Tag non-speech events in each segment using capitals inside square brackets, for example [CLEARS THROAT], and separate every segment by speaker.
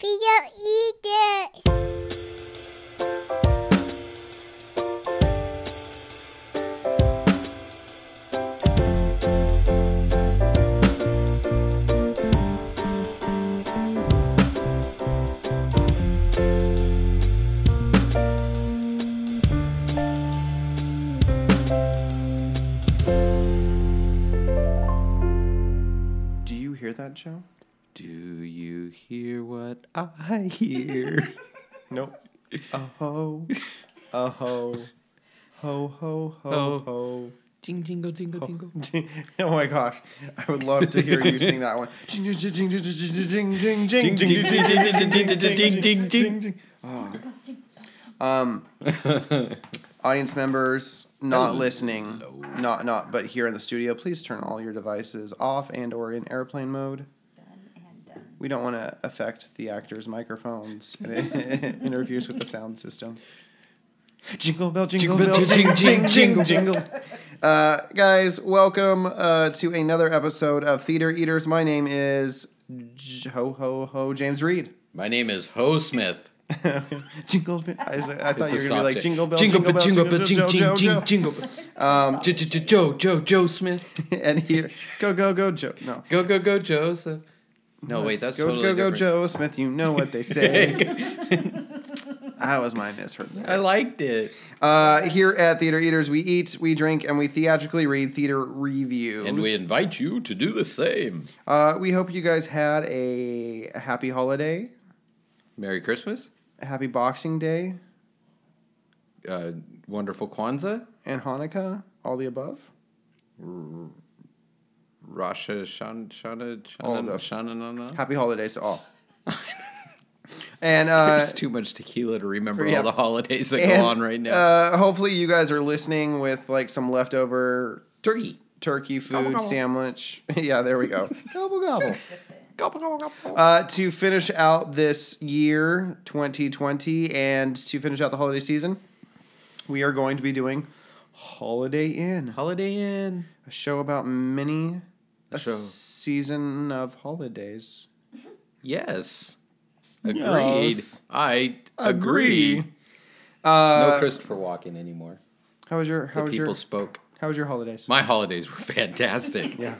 Speaker 1: Video e eaters.
Speaker 2: Do you hear that, Joe? Do you hear what I hear? nope. A ho, a ho, ho ho ho
Speaker 3: Oh.
Speaker 2: ho.
Speaker 3: Jing jingle jingle jingle.
Speaker 2: oh my gosh, I would love to hear you sing that one. Jing jing jing jing jing jing jing jing jing jing jing jing jing jing jing jing jing. Oh. Um, audience members not listening, not not, but here in the studio, please turn all your devices off and or in airplane mode. We don't want to affect the actors' microphones [LAUGHS] and interviews with the sound system. Jingle bell, jingle,
Speaker 3: Jingle bell,
Speaker 2: bell,
Speaker 3: jing, jing,
Speaker 2: jingle,
Speaker 3: jingle.
Speaker 2: jingle. Uh, guys, welcome uh, to another episode of Theater Eaters. My name is J- Ho Ho Ho James Reed.
Speaker 3: My name is Ho Smith.
Speaker 2: [LAUGHS] jingle bell. I, was- I thought
Speaker 3: It's
Speaker 2: you
Speaker 3: a
Speaker 2: were gonna be like
Speaker 3: soft-
Speaker 2: jingle bell,
Speaker 3: jingle bell, jingle
Speaker 2: bell,
Speaker 3: bell,
Speaker 2: jingle,
Speaker 3: jing
Speaker 2: jingle,
Speaker 3: jing jing
Speaker 2: jingle,
Speaker 3: jingle. Um, J- J- J- Joe Joe Joe Smith.
Speaker 2: jingle. And here, [LAUGHS] go go go Joe. No,
Speaker 3: Go go go Joseph. No wait, that's
Speaker 2: go
Speaker 3: totally
Speaker 2: go go
Speaker 3: different.
Speaker 2: Joe Smith. You know
Speaker 3: [LAUGHS]
Speaker 2: what they say. [LAUGHS] That was my misheard.
Speaker 3: I liked it.
Speaker 2: Uh, here at Theater Eaters, we eat, we drink, and we theatrically read theater reviews.
Speaker 3: And we invite you to do the same.
Speaker 2: uh, we hope you guys had a happy holiday,
Speaker 3: Merry Christmas.
Speaker 2: a happy Boxing Day,
Speaker 3: Uh, wonderful Kwanzaa.
Speaker 2: and Hanukkah, all the above.
Speaker 3: Rosh Hashanah. Shana,
Speaker 2: All of
Speaker 3: Shana,
Speaker 2: those.
Speaker 3: Shana, na, na.
Speaker 2: Happy holidays to
Speaker 3: [LAUGHS]
Speaker 2: all. and uh,
Speaker 3: There's too much tequila to remember
Speaker 2: yeah.
Speaker 3: all the holidays that
Speaker 2: and,
Speaker 3: go on right now.
Speaker 2: Uh, hopefully, you guys are listening with like some leftover
Speaker 3: turkey.
Speaker 2: turkey food
Speaker 3: Gobble, gobble.
Speaker 2: sandwich. [LAUGHS] yeah, there we go. gobble gobble.
Speaker 3: [LAUGHS] Gobble, gobble, gobble.
Speaker 2: Uh, to finish out this year, 2020, and to finish out the holiday season, we are going to be doing Holiday Inn,
Speaker 3: Holiday Inn.
Speaker 2: a show about many a
Speaker 3: show.
Speaker 2: season of holidays.
Speaker 3: Yes. Agreed.
Speaker 2: Yes.
Speaker 3: I
Speaker 2: Agree.
Speaker 3: agree.
Speaker 2: Uh,
Speaker 3: no Christopher Walken anymore.
Speaker 2: how was your how
Speaker 3: The
Speaker 2: was
Speaker 3: people
Speaker 2: your
Speaker 3: spoke.
Speaker 2: how was your holidays?
Speaker 3: My holidays were [LAUGHS] fantastic.
Speaker 2: yeah,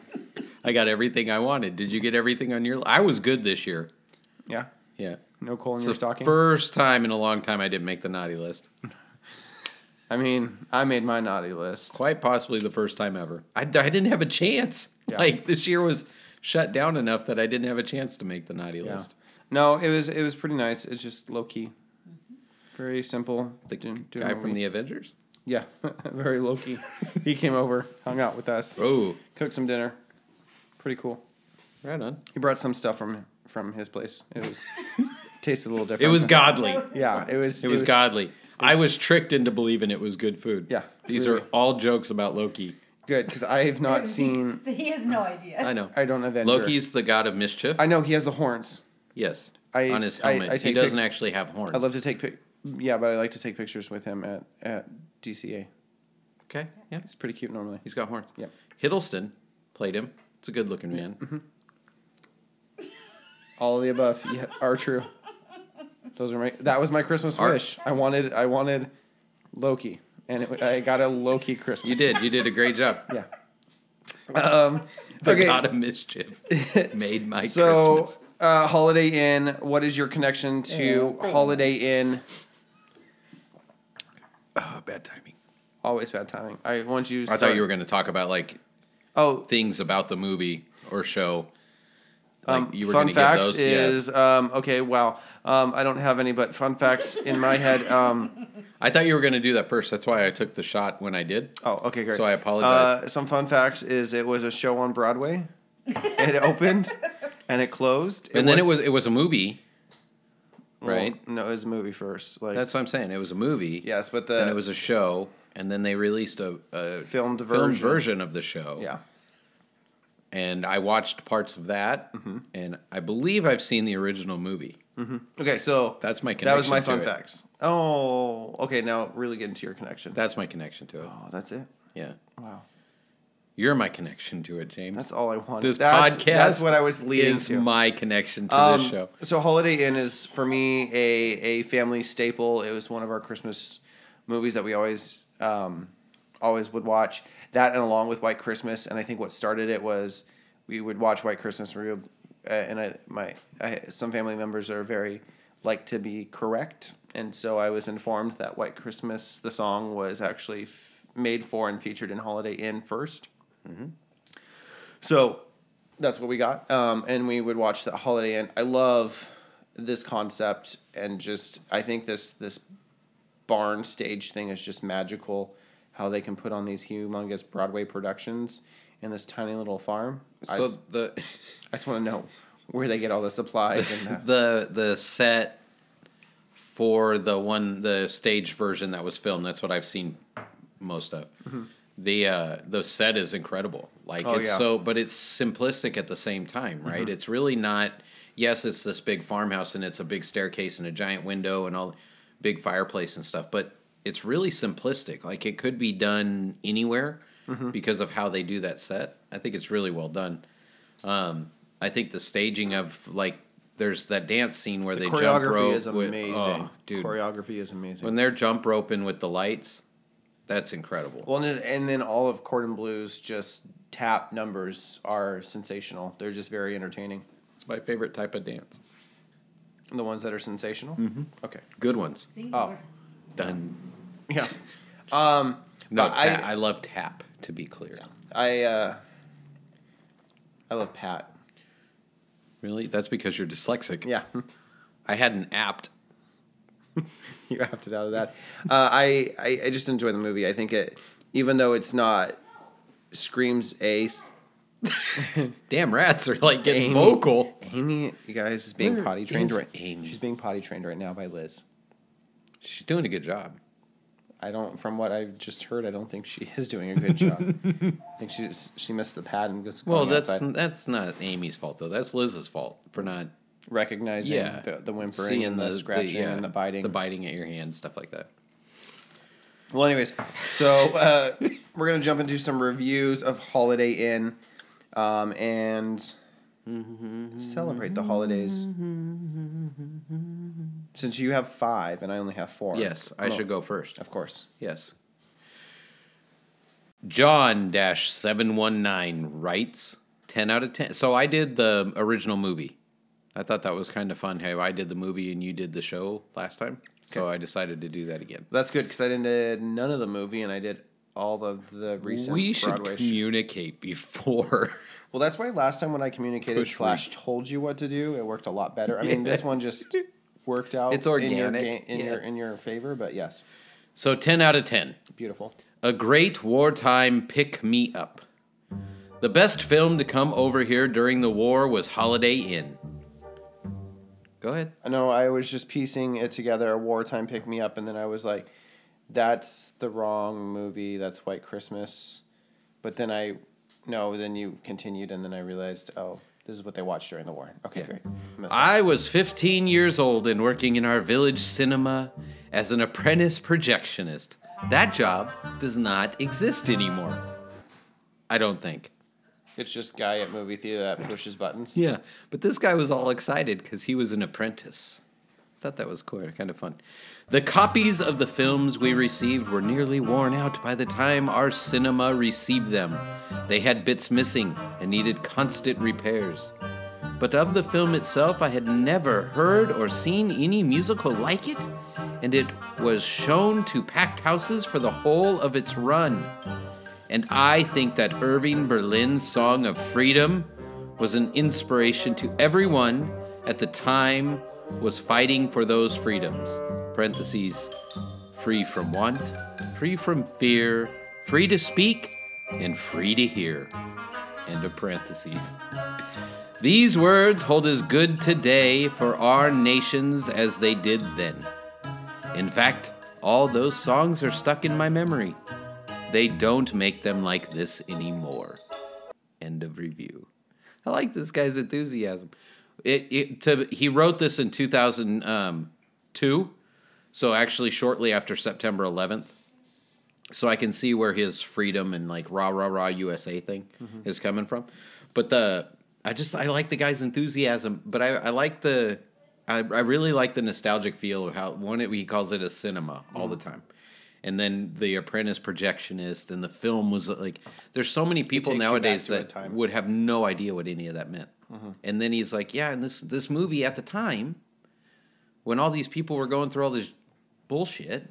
Speaker 3: I got everything I wanted. Did you get everything on your? I was good this year.
Speaker 2: yeah.
Speaker 3: Yeah.
Speaker 2: No coal in
Speaker 3: It's
Speaker 2: your
Speaker 3: the
Speaker 2: stocking.
Speaker 3: first time in a long time I didn't make the naughty list.
Speaker 2: I mean, I made my naughty list.
Speaker 3: Quite possibly the first time ever. I, I didn't have a chance.
Speaker 2: Yeah.
Speaker 3: Like this year was shut down enough that I didn't have a chance to make the naughty
Speaker 2: Yeah.
Speaker 3: list.
Speaker 2: No, it was it was pretty nice. It's just low key, very simple.
Speaker 3: The
Speaker 2: Didn't do
Speaker 3: guy
Speaker 2: a
Speaker 3: from
Speaker 2: movie.
Speaker 3: the Avengers.
Speaker 2: yeah, [LAUGHS] very low key. he came over, hung out with us.
Speaker 3: Oh,
Speaker 2: cooked some dinner. Pretty cool.
Speaker 3: right on.
Speaker 2: He brought some stuff from from his place. It was tasted a little different.
Speaker 3: It was godly.
Speaker 2: Yeah, [LAUGHS] it was.
Speaker 3: It was godly. I was tricked into believing it was good food.
Speaker 2: Yeah,
Speaker 3: These
Speaker 2: really.
Speaker 3: are all jokes about Loki.
Speaker 2: Good because I have not seen.
Speaker 4: So he has no idea.
Speaker 3: I know.
Speaker 2: I don't Avenger.
Speaker 3: Loki's the god of mischief.
Speaker 2: I know he has the horns.
Speaker 3: yes.
Speaker 2: I-
Speaker 3: on his
Speaker 2: I-
Speaker 3: helmet.
Speaker 2: I
Speaker 3: he
Speaker 2: take
Speaker 3: doesn't
Speaker 2: pic-
Speaker 3: actually have horns.
Speaker 2: I'd love to take pic. Yeah, but I like to take pictures with him at at DCA.
Speaker 3: Okay. Yeah.
Speaker 2: He's pretty cute normally.
Speaker 3: He's got horns.
Speaker 2: Yep. Mm-hmm.
Speaker 3: Hiddleston played him. It's a good looking man.
Speaker 2: All of the above yeah, are true. Those are my. That was my Christmas
Speaker 3: Are-
Speaker 2: wish. I wanted. I wanted Loki, and it, I got a Loki Christmas.
Speaker 3: You did. You did a great job. [LAUGHS]
Speaker 2: Yeah. Um, [LAUGHS]
Speaker 3: The
Speaker 2: okay.
Speaker 3: god of mischief
Speaker 2: [LAUGHS]
Speaker 3: made my
Speaker 2: So,
Speaker 3: Christmas.
Speaker 2: uh, Holiday Inn. What is your connection to Holiday Inn?
Speaker 3: Oh, bad timing.
Speaker 2: Always bad timing. I want you. To
Speaker 3: I
Speaker 2: start-
Speaker 3: thought you were going to talk about like
Speaker 2: Oh,
Speaker 3: things about the movie or show. Like
Speaker 2: um,
Speaker 3: you were
Speaker 2: fun
Speaker 3: gonna give
Speaker 2: facts
Speaker 3: those. yeah.
Speaker 2: is um, okay. Wow. Um, I don't have any, but fun facts in my head. Um,
Speaker 3: I thought you were going to do that first. That's why I took the shot when I did.
Speaker 2: oh, okay, great.
Speaker 3: So I apologize.
Speaker 2: Uh, some fun facts is it was a show on
Speaker 3: [LAUGHS]
Speaker 2: Broadway. it opened and it closed.
Speaker 3: and then it was it was a movie.
Speaker 2: well,
Speaker 3: right.
Speaker 2: no, it was a movie first. Like
Speaker 3: That's what I'm saying. It was a movie.
Speaker 2: yes, but the
Speaker 3: Then it was a show, and then they released a, a
Speaker 2: filmed version.
Speaker 3: film version of the show.
Speaker 2: Yeah.
Speaker 3: And I watched parts of that,
Speaker 2: Mm-hmm.
Speaker 3: and I believe I've seen the original movie.
Speaker 2: Okay, so
Speaker 3: That's my
Speaker 2: That was
Speaker 3: connection
Speaker 2: my
Speaker 3: to
Speaker 2: fun
Speaker 3: it.
Speaker 2: facts. Oh, okay. Now really get into your connection.
Speaker 3: That's my connection to it.
Speaker 2: oh, that's it.
Speaker 3: Yeah.
Speaker 2: Wow.
Speaker 3: You're my connection to it, James.
Speaker 2: That's all I wanted.
Speaker 3: This
Speaker 2: that's,
Speaker 3: podcast
Speaker 2: That's what I was leading
Speaker 3: is
Speaker 2: to.
Speaker 3: my connection to
Speaker 2: Um,
Speaker 3: this show.
Speaker 2: So Holiday Inn is for me a a family staple. It was one of our Christmas movies that we always um, always would watch. That and along with White Christmas, and I think what started it was we would watch White Christmas. We would, uh, and I, my I, some family members are very like to be correct, and so I was informed that White Christmas, the song, was actually f- made for and featured in Holiday Inn 1st so that's what we got. Um, and we would watch that Holiday Inn. I love this concept and just I think this this barn stage thing is just magical. How they can put on these humongous Broadway productions in this tiny little farm. I,
Speaker 3: So
Speaker 2: s- [LAUGHS]
Speaker 3: the
Speaker 2: I just want to know where they get all [LAUGHS] the supplies and that.
Speaker 3: the the set for the one the stage version that was filmed that's what i've seen most of the uh the set is incredible like
Speaker 2: Mm-hmm. Oh,
Speaker 3: it's
Speaker 2: yeah. Mm-hmm.
Speaker 3: so but it's simplistic at the same time right it's really not yes it's this big farmhouse and it's a big staircase and a giant window and all big fireplace and stuff but it's really simplistic like it could be done anywhere
Speaker 2: Mm-hmm.
Speaker 3: because of how they do that set i think it's really well done um, I think the staging of like there's that dance scene where they jump
Speaker 2: Choreography
Speaker 3: rope
Speaker 2: is
Speaker 3: with
Speaker 2: amazing.
Speaker 3: oh, dude
Speaker 2: Choreography is amazing.
Speaker 3: when they're jump roping with the lights, that's incredible.
Speaker 2: Well, and then, and then all of Cordon Blue's just tap numbers are sensational. They're just very entertaining.
Speaker 3: it's my favorite type of dance.
Speaker 2: The ones that are sensational. Mm-hmm. Okay.
Speaker 3: Good ones.
Speaker 2: Oh,
Speaker 3: Done.
Speaker 2: yeah. Um,
Speaker 3: No,
Speaker 2: but
Speaker 3: ta- I,
Speaker 2: I,
Speaker 3: love tap. To be clear,
Speaker 2: [LAUGHS] I, uh, I love Pat.
Speaker 3: really, that's because you're dyslexic.
Speaker 2: Yeah,
Speaker 3: I had an apt.
Speaker 2: [LAUGHS] you opted out of that. Uh, I, I, I just enjoy the movie. I think it, even though it's not screams a
Speaker 3: Damn rats are like getting
Speaker 2: Amy.
Speaker 3: vocal.
Speaker 2: Amy, you guys is being
Speaker 3: Where
Speaker 2: potty trained
Speaker 3: is
Speaker 2: right.
Speaker 3: Amy?
Speaker 2: She's being potty trained right now by Liz.
Speaker 3: She's doing a good job.
Speaker 2: I don't. From what I've just heard, I don't think she is doing a good job. [LAUGHS] I think she's she missed the pad and goes.
Speaker 3: Well,
Speaker 2: going
Speaker 3: that's
Speaker 2: outside,
Speaker 3: that's not Amy's fault though. That's Liz's fault for not
Speaker 2: recognizing
Speaker 3: yeah,
Speaker 2: the, the whimpering and the, scratching
Speaker 3: yeah,
Speaker 2: and the biting.
Speaker 3: the biting at your hand, stuff like that.
Speaker 2: Well, anyways, so
Speaker 3: [LAUGHS]
Speaker 2: uh, we're gonna jump into some reviews of Holiday Inn, um, and celebrate the holidays. Since you have five and I only have four.
Speaker 3: Yes, I
Speaker 2: Oh,
Speaker 3: should go first.
Speaker 2: Of course.
Speaker 3: Yes. John dash 719 writes 10 out of 10. So I did the original movie. I thought that was kind of fun. Hey, I did the movie and you did the show last time. So I decided to do that again.
Speaker 2: That's good because I didn't did none of the movie and I did all of the recent
Speaker 3: we should
Speaker 2: Broadway. sh-
Speaker 3: communicate before. [LAUGHS]
Speaker 2: well, that's why last time when I communicated
Speaker 3: Push
Speaker 2: slash told you what to do, it worked a lot better. I
Speaker 3: [LAUGHS]
Speaker 2: mean, this one just worked out.
Speaker 3: It's
Speaker 2: in your,
Speaker 3: organic,
Speaker 2: ga- in,
Speaker 3: yeah.
Speaker 2: your in your favor, but yes,
Speaker 3: so 10 out of 10.
Speaker 2: beautiful.
Speaker 3: A great wartime pick me up. The best film to come over here during the war was Holiday Inn. Go ahead.
Speaker 2: No, I was just piecing it together, a wartime pick me up, and then I was like, that's the wrong movie, that's White Christmas. But then I, no, then you continued, and then I realized, oh, this is what they watched during the war. Okay, great. Messed up.
Speaker 3: I was 15 years old and working in our village cinema as an apprentice projectionist. That job does not exist anymore. I don't think.
Speaker 2: It's just guy at movie theater that pushes buttons.
Speaker 3: Yeah, but this guy was all excited because he was an apprentice. Thought that was cool, kind of fun. The copies of the films we received were nearly worn out by the time our cinema received them. They had bits missing and needed constant repairs. But of the film itself, I had never heard or seen any musical like it, and it was shown to packed houses for the whole of its run. And I think that Irving Berlin's Song of Freedom was an inspiration to everyone at the time was fighting for those freedoms. Parentheses, free from want, free from fear, free to speak, and free to hear. End of parentheses. These words hold as good today for our nations as they did then. In fact, all those songs are stuck in my memory. They don't make them like this anymore. End of review. I like this guy's enthusiasm. It, it to, he wrote this in um, 2002, so actually shortly after September 11th. so I can see where his freedom and like rah rah rah USA thing
Speaker 2: Mm-hmm.
Speaker 3: is coming from. But the I just I like the guy's enthusiasm, but I, I like the I, I really like the nostalgic feel of how one it, he calls it a cinema all the
Speaker 2: Mm-hmm.
Speaker 3: time. And then the apprentice projectionist and the film was uh, like there's so many people
Speaker 2: takes you back
Speaker 3: nowadays
Speaker 2: to a
Speaker 3: that
Speaker 2: time. Mm-hmm.
Speaker 3: would have no idea what any of that meant. And then he's like, yeah, and this this movie at the time when all these people were going through all this bullshit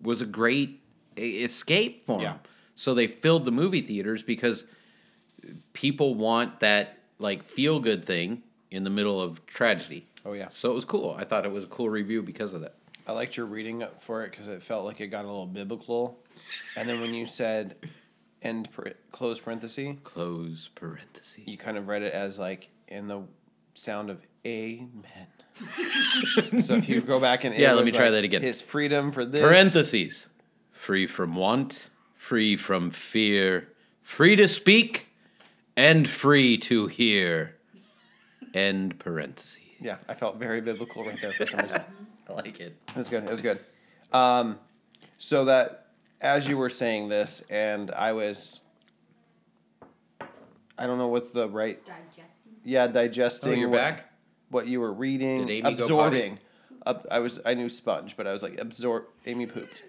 Speaker 3: was a great e- escape for them.
Speaker 2: Yeah.
Speaker 3: So they filled the movie theaters because people want that like feel good thing in the middle of tragedy.
Speaker 2: Oh, yeah.
Speaker 3: So it was cool. I thought it was a cool review because of that.
Speaker 2: I liked your reading up for it because it felt like it got a little biblical. And then when you said end par- close parenthesis,
Speaker 3: Close parentheses.
Speaker 2: you kind of read it as like in the sound of
Speaker 3: [LAUGHS]
Speaker 2: amen. so if you go back and it
Speaker 3: Yeah, let
Speaker 2: was
Speaker 3: me try
Speaker 2: like,
Speaker 3: that again.
Speaker 2: His freedom for this.
Speaker 3: Parentheses. Free from want, free from fear, free to speak, and free to hear. End parentheses.
Speaker 2: Yeah, I felt very biblical right there for some reason.
Speaker 3: I like it.
Speaker 2: It was good. It was good. Um, so that as you were saying this, and I was, I don't know what the right,
Speaker 4: Digesting.
Speaker 2: yeah, digesting.
Speaker 3: Oh, you're
Speaker 2: what,
Speaker 3: back?
Speaker 2: What you were reading,
Speaker 3: Did Amy go
Speaker 2: absorbing. Ab- I was, I knew sponge, but I was like absorb. Amy pooped.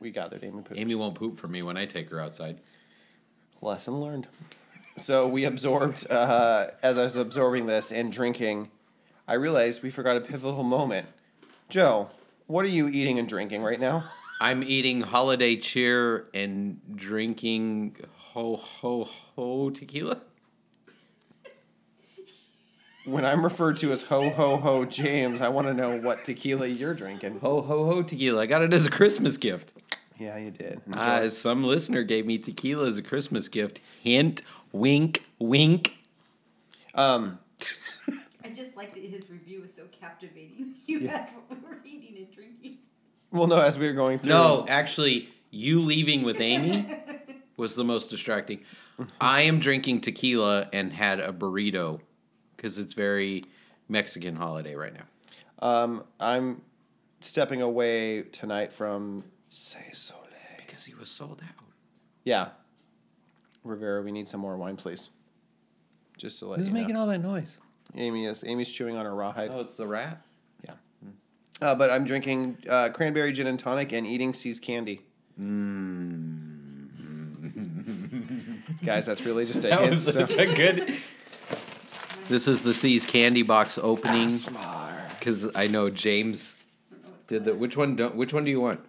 Speaker 2: We gathered Amy pooped.
Speaker 3: Amy won't poop for me when I take her outside.
Speaker 2: Lesson learned. So we absorbed, uh, as I was absorbing this and drinking, I realized we forgot a pivotal moment. Joe, what are you eating and drinking right now?
Speaker 3: I'm eating holiday cheer and drinking ho ho ho tequila.
Speaker 2: When I'm referred to as ho ho ho James, I want to know what tequila you're drinking.
Speaker 3: Ho ho ho tequila. I got it as a Christmas gift.
Speaker 2: Yeah, you did.
Speaker 3: Uh, some listener gave me tequila as a Christmas gift. Hint, wink, wink.
Speaker 2: Um,
Speaker 4: I just like that his review was so captivating. [LAUGHS] You
Speaker 2: Yeah.
Speaker 4: had what we were eating and drinking.
Speaker 2: well, no, as we were going through.
Speaker 3: No, actually, you leaving with [LAUGHS] Amy was the most distracting. I am drinking tequila and had a burrito because it's very Mexican holiday right now.
Speaker 2: Um, I'm stepping away tonight from Say Soleil.
Speaker 3: Because he was sold out.
Speaker 2: Yeah. Rivera, we need some more wine, please. Just to let you know.
Speaker 3: all that noise?
Speaker 2: Amy is Amy's chewing on a rawhide.
Speaker 3: Oh, Hmm. it's the rat.
Speaker 2: Yeah. Uh, but I'm drinking uh, cranberry gin and tonic and eating C's candy.
Speaker 3: Hmm.
Speaker 2: Guys, that's really
Speaker 3: [LAUGHS]
Speaker 2: just a
Speaker 3: That
Speaker 2: hint.
Speaker 3: was
Speaker 2: so-
Speaker 3: such a [LAUGHS] good. This is the C's candy box opening because I know James did the. Which one? Don't, which one do you want?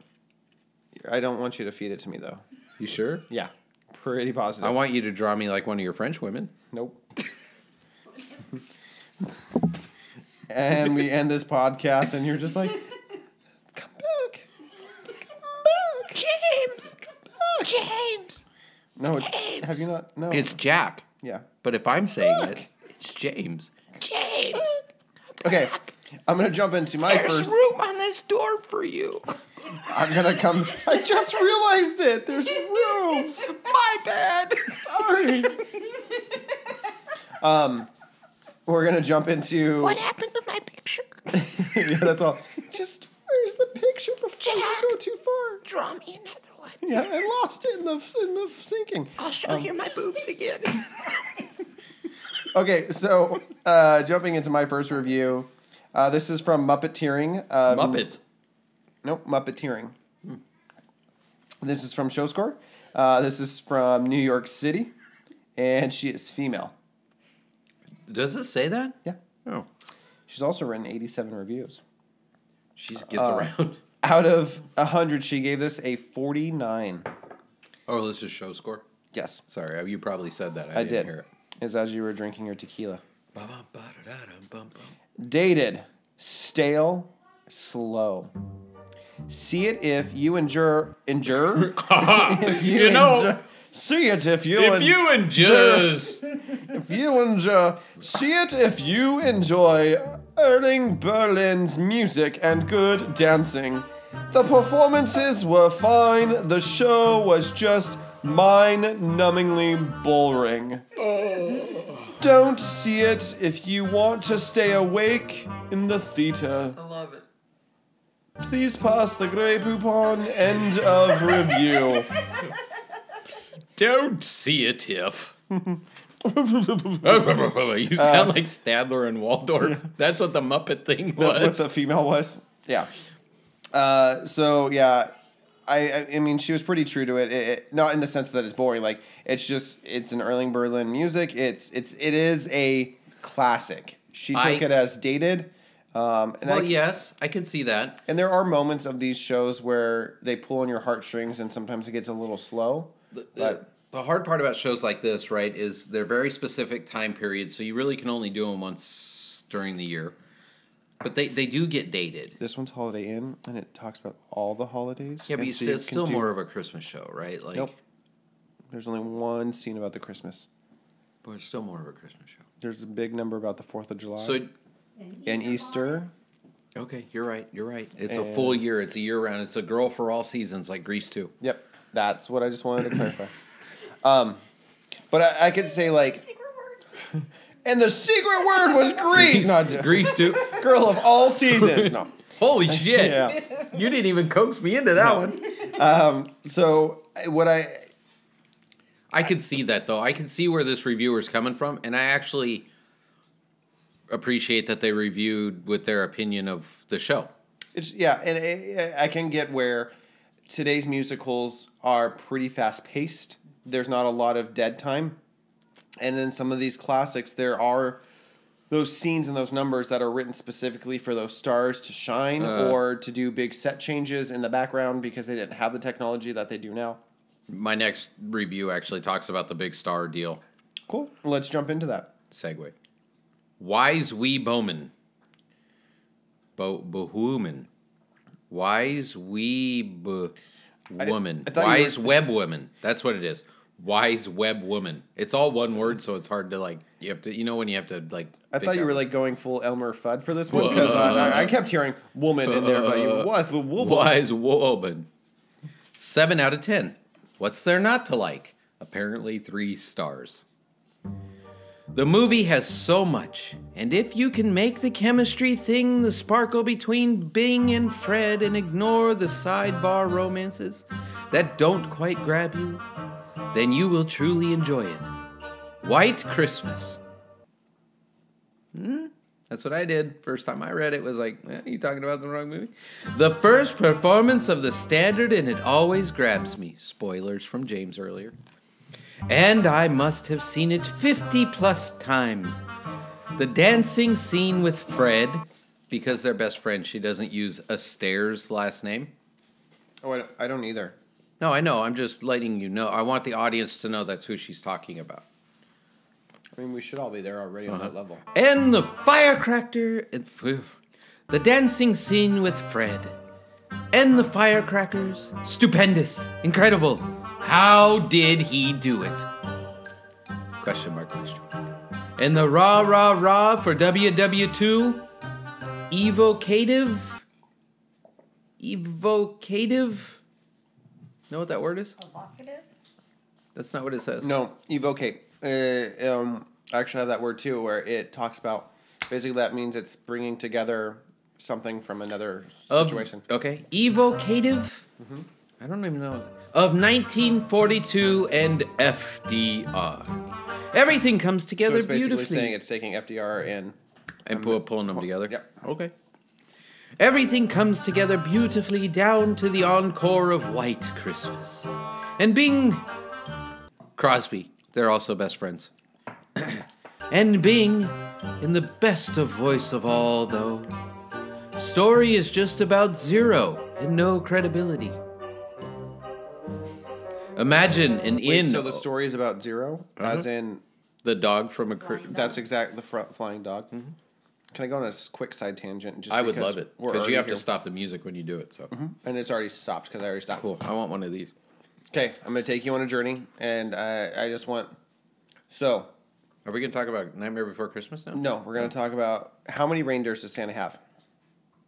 Speaker 2: I don't want you to feed it to me though.
Speaker 3: You sure?
Speaker 2: Yeah, pretty positive.
Speaker 3: I want you to draw me like one of your French women. [LAUGHS]
Speaker 2: nope. and we end this podcast, and you're just like, come back, come back, James, come back, James. No, it's, have you not? No,
Speaker 3: It's Jack,
Speaker 2: yeah.
Speaker 3: but if I'm saying it, it's James. James,
Speaker 2: Okay, I'm gonna jump into my first.
Speaker 3: room on this door for you.
Speaker 2: I'm gonna come. I just realized it.
Speaker 3: [LAUGHS]
Speaker 2: There's room.
Speaker 3: My bad.
Speaker 2: Sorry. [LAUGHS] um, we're gonna jump into. [LAUGHS] What happened to my picture? yeah, that's all. Just where's the picture before you go too far? Draw me another one. Yeah, I lost it in the in the sinking.
Speaker 3: Oh.
Speaker 2: I'll show you my boobs again. okay, so uh, jumping into my first review. Uh, this is from Muppeteering. Um,
Speaker 3: Muppets.
Speaker 2: Nope, Muppeteering. This is from Showscore. Uh, this is from New York City, and she is female.
Speaker 3: Does it say that?
Speaker 2: Yeah,
Speaker 3: Oh,
Speaker 2: she's also written 87 reviews.
Speaker 3: she gets around. [LAUGHS]
Speaker 2: Out of 100, she gave this a 49.
Speaker 3: Oh, let's just show score.
Speaker 2: Yes,
Speaker 3: Sorry, you probably said that. I,
Speaker 2: I,
Speaker 3: didn't
Speaker 2: did.
Speaker 3: hear it.
Speaker 2: Is as you were drinking your tequila.
Speaker 3: Well,
Speaker 2: Dated, stale, slow. See it if you endure.
Speaker 3: [LAUGHS]
Speaker 2: Endure? [LAUGHS] if you,
Speaker 3: know,
Speaker 2: see it if you en-
Speaker 3: and
Speaker 2: just- If you enjoy, see it if you enjoy Erling Berlin's music and good dancing. The performances were fine, the show was just mind numbingly boring. Don't see it if you want to stay awake in the theater.
Speaker 3: I love it.
Speaker 2: Please pass the Grey Poupon end of review.
Speaker 3: Don't see
Speaker 2: [LAUGHS]
Speaker 3: it, Tiff.
Speaker 2: Uh,
Speaker 3: you sound like Stadler and Waldorf. That's what the Muppet thing was.
Speaker 2: That's what the female was. Yeah. Uh, so yeah, I, I I mean she was pretty true to it. It, it. Not in the sense that it's boring. Like it's just it's an Erling Berlin music. It's it's it is a classic. She took
Speaker 3: I-
Speaker 2: it as dated. Um, and I,
Speaker 3: [LAUGHS] well, yes, I can see that.
Speaker 2: and there are moments of these shows where they pull on your heartstrings, and sometimes it gets a little slow.
Speaker 3: The,
Speaker 2: But
Speaker 3: Uh, the hard part about shows like this, right, is they're very specific time periods, so you really can only do them once during the year. But they, they do get dated.
Speaker 2: this one's Holiday Inn, and it talks about all the holidays.
Speaker 3: Yeah, but
Speaker 2: and
Speaker 3: you
Speaker 2: so
Speaker 3: still, it's
Speaker 2: can
Speaker 3: still
Speaker 2: do-
Speaker 3: more of a Christmas show, right? Like,
Speaker 2: Nope. There's only one scene about the Christmas.
Speaker 3: but it's still more of a Christmas show.
Speaker 2: There's a big number about the Fourth of July
Speaker 3: So,
Speaker 2: and Easter.
Speaker 3: okay, you're right. You're right. It's a full
Speaker 2: And-
Speaker 3: year. It's a year round. It's a girl for all seasons, like Grease too.
Speaker 2: Yep, that's what I just wanted to clarify. Um, but I, I could say like,
Speaker 4: Secret word.
Speaker 2: and the secret word [LAUGHS] was Greece. No, j-
Speaker 3: [LAUGHS] Grease too.
Speaker 2: girl of [LAUGHS] all seasons. No.
Speaker 3: [LAUGHS] Holy shit!
Speaker 2: Yeah.
Speaker 3: You didn't even coax me into that one.
Speaker 2: Um, so I- what I
Speaker 3: I can see that though. I can see where this reviewer's coming from, and I actually appreciate that they reviewed with their opinion of the show.
Speaker 2: It's yeah, and I- I can get where today's musicals are pretty fast paced. There's not a lot of dead time, and then some of these classics, there are those scenes and those numbers that are written specifically for those stars to shine
Speaker 3: Uh.
Speaker 2: or to do big set changes in the background because they didn't have the technology that they do now.
Speaker 3: My next review actually talks about the big star deal.
Speaker 2: Cool. Let's jump into that.
Speaker 3: Segue. Wise Wee Bowman. Bo- Bohuman. Wise Wee Bo- Woman.
Speaker 2: I thought you
Speaker 3: Wise Web Woman. That's what it is. Wise Web Woman. It's all one word, so it's hard to like. You have to, you know, when you have to like.
Speaker 2: I
Speaker 3: pick
Speaker 2: thought you
Speaker 3: out-
Speaker 2: were like going full Elmer Fudd for this one because I, [LAUGHS] I- I kept hearing woman in there, but you Uh, what? Well, woman.
Speaker 3: Wise woman. Seven out of ten. What's there not to like? Apparently, three stars. The movie has so much, and if you can make the chemistry thing the sparkle between Bing and Fred and ignore the sidebar romances that don't quite grab you, then you will truly enjoy it. White Christmas. That's what I did. First time I read it was like, eh, you talking about the wrong movie? The first performance of the standard, and it always grabs me. Spoilers from James earlier. And I must have seen it 50 plus times. The dancing scene with Fred, because they're best friends, she doesn't use Astaire's last name.
Speaker 2: Oh, I don't- I don't either.
Speaker 3: No, I know. I'm just letting you know. I want the audience to know that's who she's talking about.
Speaker 2: I mean, we should all be there already on that level.
Speaker 3: And the firecracker and the dancing scene with Fred. And the firecrackers. Stupendous. Incredible. How did he do it? Question mark, question mark. And the rah rah rah for WW2. Evocative. Evocative. Know what that word is?
Speaker 4: Evocative.
Speaker 3: That's not what it says.
Speaker 2: No, evocate. Uh, um, I actually have that word too, where it talks about basically that means it's bringing together something from another
Speaker 3: Of-
Speaker 2: situation. Mm-hmm.
Speaker 3: Okay. Evocative. I don't even know. Of 1942 and FDR. Everything comes
Speaker 2: So
Speaker 3: together
Speaker 2: it's basically
Speaker 3: beautifully.
Speaker 2: saying it's taking FDR and
Speaker 3: and pull, pulling them together.
Speaker 2: yep.
Speaker 3: Okay. Everything comes together beautifully down to the encore of White Christmas. And Bing Crosby, they're also best friends. [CLEARS THROAT] and Bing, in the best of voice of all, though, story is just about zero and no credibility. Imagine an
Speaker 2: Wait,
Speaker 3: inn.
Speaker 2: so the story is about 0
Speaker 3: Uh-huh.
Speaker 2: as in
Speaker 3: the dog from a. Cr-
Speaker 2: that's exact the fr- flying dog. Can I go on a s- quick side tangent? Just
Speaker 3: Mm-hmm. I would
Speaker 2: because
Speaker 3: love it
Speaker 2: we're
Speaker 3: because
Speaker 2: already
Speaker 3: you have
Speaker 2: here? Mm-hmm.
Speaker 3: to stop the music when you do it. So.
Speaker 2: and it's already stopped because I already stopped.
Speaker 3: Cool. I want one of these.
Speaker 2: Okay, I'm gonna take you on a journey, and I I just want so
Speaker 3: Are we gonna talk about Nightmare Before Christmas now?
Speaker 2: no, we're
Speaker 3: Mm.
Speaker 2: gonna talk about how many reindeers does Santa have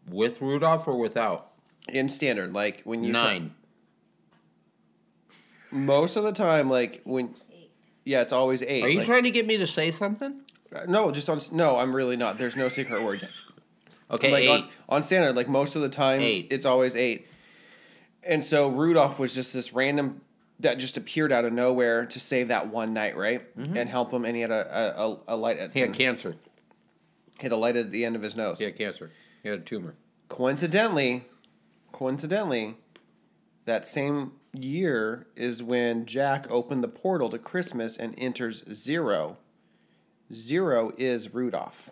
Speaker 3: With Rudolph or without?
Speaker 2: in standard, like when you
Speaker 3: Nine.
Speaker 2: Most of the time, like when, yeah, it's always eight.
Speaker 3: Are you
Speaker 2: like-
Speaker 3: trying to get me to say something?
Speaker 2: Uh, No, just on. s- No, I'm really not. There's no secret word. yet.
Speaker 3: Okay,
Speaker 2: like
Speaker 3: eight.
Speaker 2: On, on standard, like most of the time,
Speaker 3: Eight.
Speaker 2: it's always eight. And so Rudolph was just this random that just appeared out of nowhere to save that one night, right?
Speaker 3: Mm-hmm.
Speaker 2: And help him. And he had a a, a, a light at
Speaker 3: He had
Speaker 2: the-
Speaker 3: cancer.
Speaker 2: he had a light at the end of his nose.
Speaker 3: He had cancer. He had a tumor.
Speaker 2: Coincidentally, coincidentally, that same year is when Jack opened the portal to Christmas and enters Zero. Zero is Rudolph.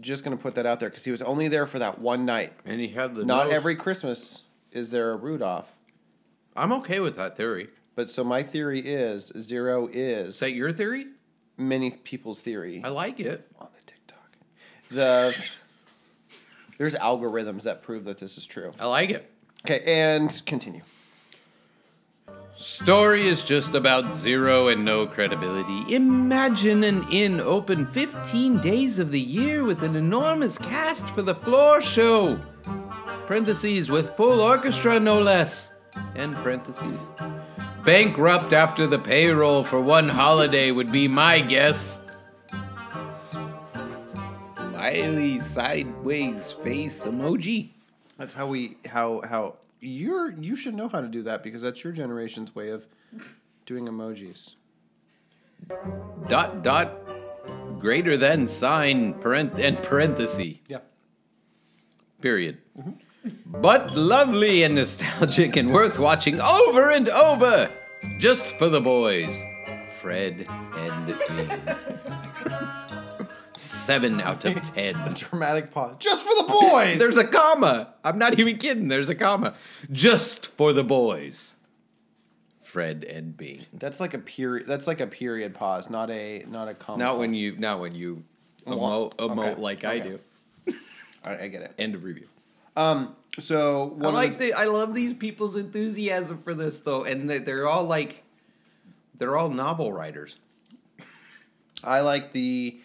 Speaker 2: Just gonna put that out there because he was only there for that one night.
Speaker 3: And he had the
Speaker 2: Not
Speaker 3: nose-
Speaker 2: every Christmas is there a Rudolph,
Speaker 3: I'm okay with that theory.
Speaker 2: but so my theory is Zero
Speaker 3: Is
Speaker 2: is
Speaker 3: that your theory?
Speaker 2: many people's theory
Speaker 3: I like it.
Speaker 2: on the TikTok. The there's algorithms that prove that this is true.
Speaker 3: I like it.
Speaker 2: Okay, and continue.
Speaker 3: Story is just about zero and no credibility. Imagine an inn open 15 days of the year with an enormous cast for the floor show. Parentheses with full orchestra, no less. End parentheses. Bankrupt after the payroll for one holiday would be my guess. Smiley sideways face emoji.
Speaker 2: That's how we how how you're you should know how to do that because that's your generation's way of doing emojis.
Speaker 3: Dot dot greater than sign parent and parenthesis.
Speaker 2: Yeah.
Speaker 3: period. But lovely and nostalgic and worth watching over and over, just for the boys. Fred and Dean. Seven out of ten.
Speaker 2: Dramatic pause. Just for the boys.
Speaker 3: There's a comma. I'm not even kidding. There's a comma. Just for the boys. Fred and Bing.
Speaker 2: that's like a period that's like a period pause, not a not a comma.
Speaker 3: Not when you not when you
Speaker 2: Well,
Speaker 3: emote, emote
Speaker 2: okay,
Speaker 3: like I
Speaker 2: okay.
Speaker 3: do.
Speaker 2: I, I get it.
Speaker 3: End of review.
Speaker 2: Um so one
Speaker 3: I
Speaker 2: of
Speaker 3: like the, I love these people's enthusiasm for this though, and they, they're all like, they're all novel writers.
Speaker 2: I like the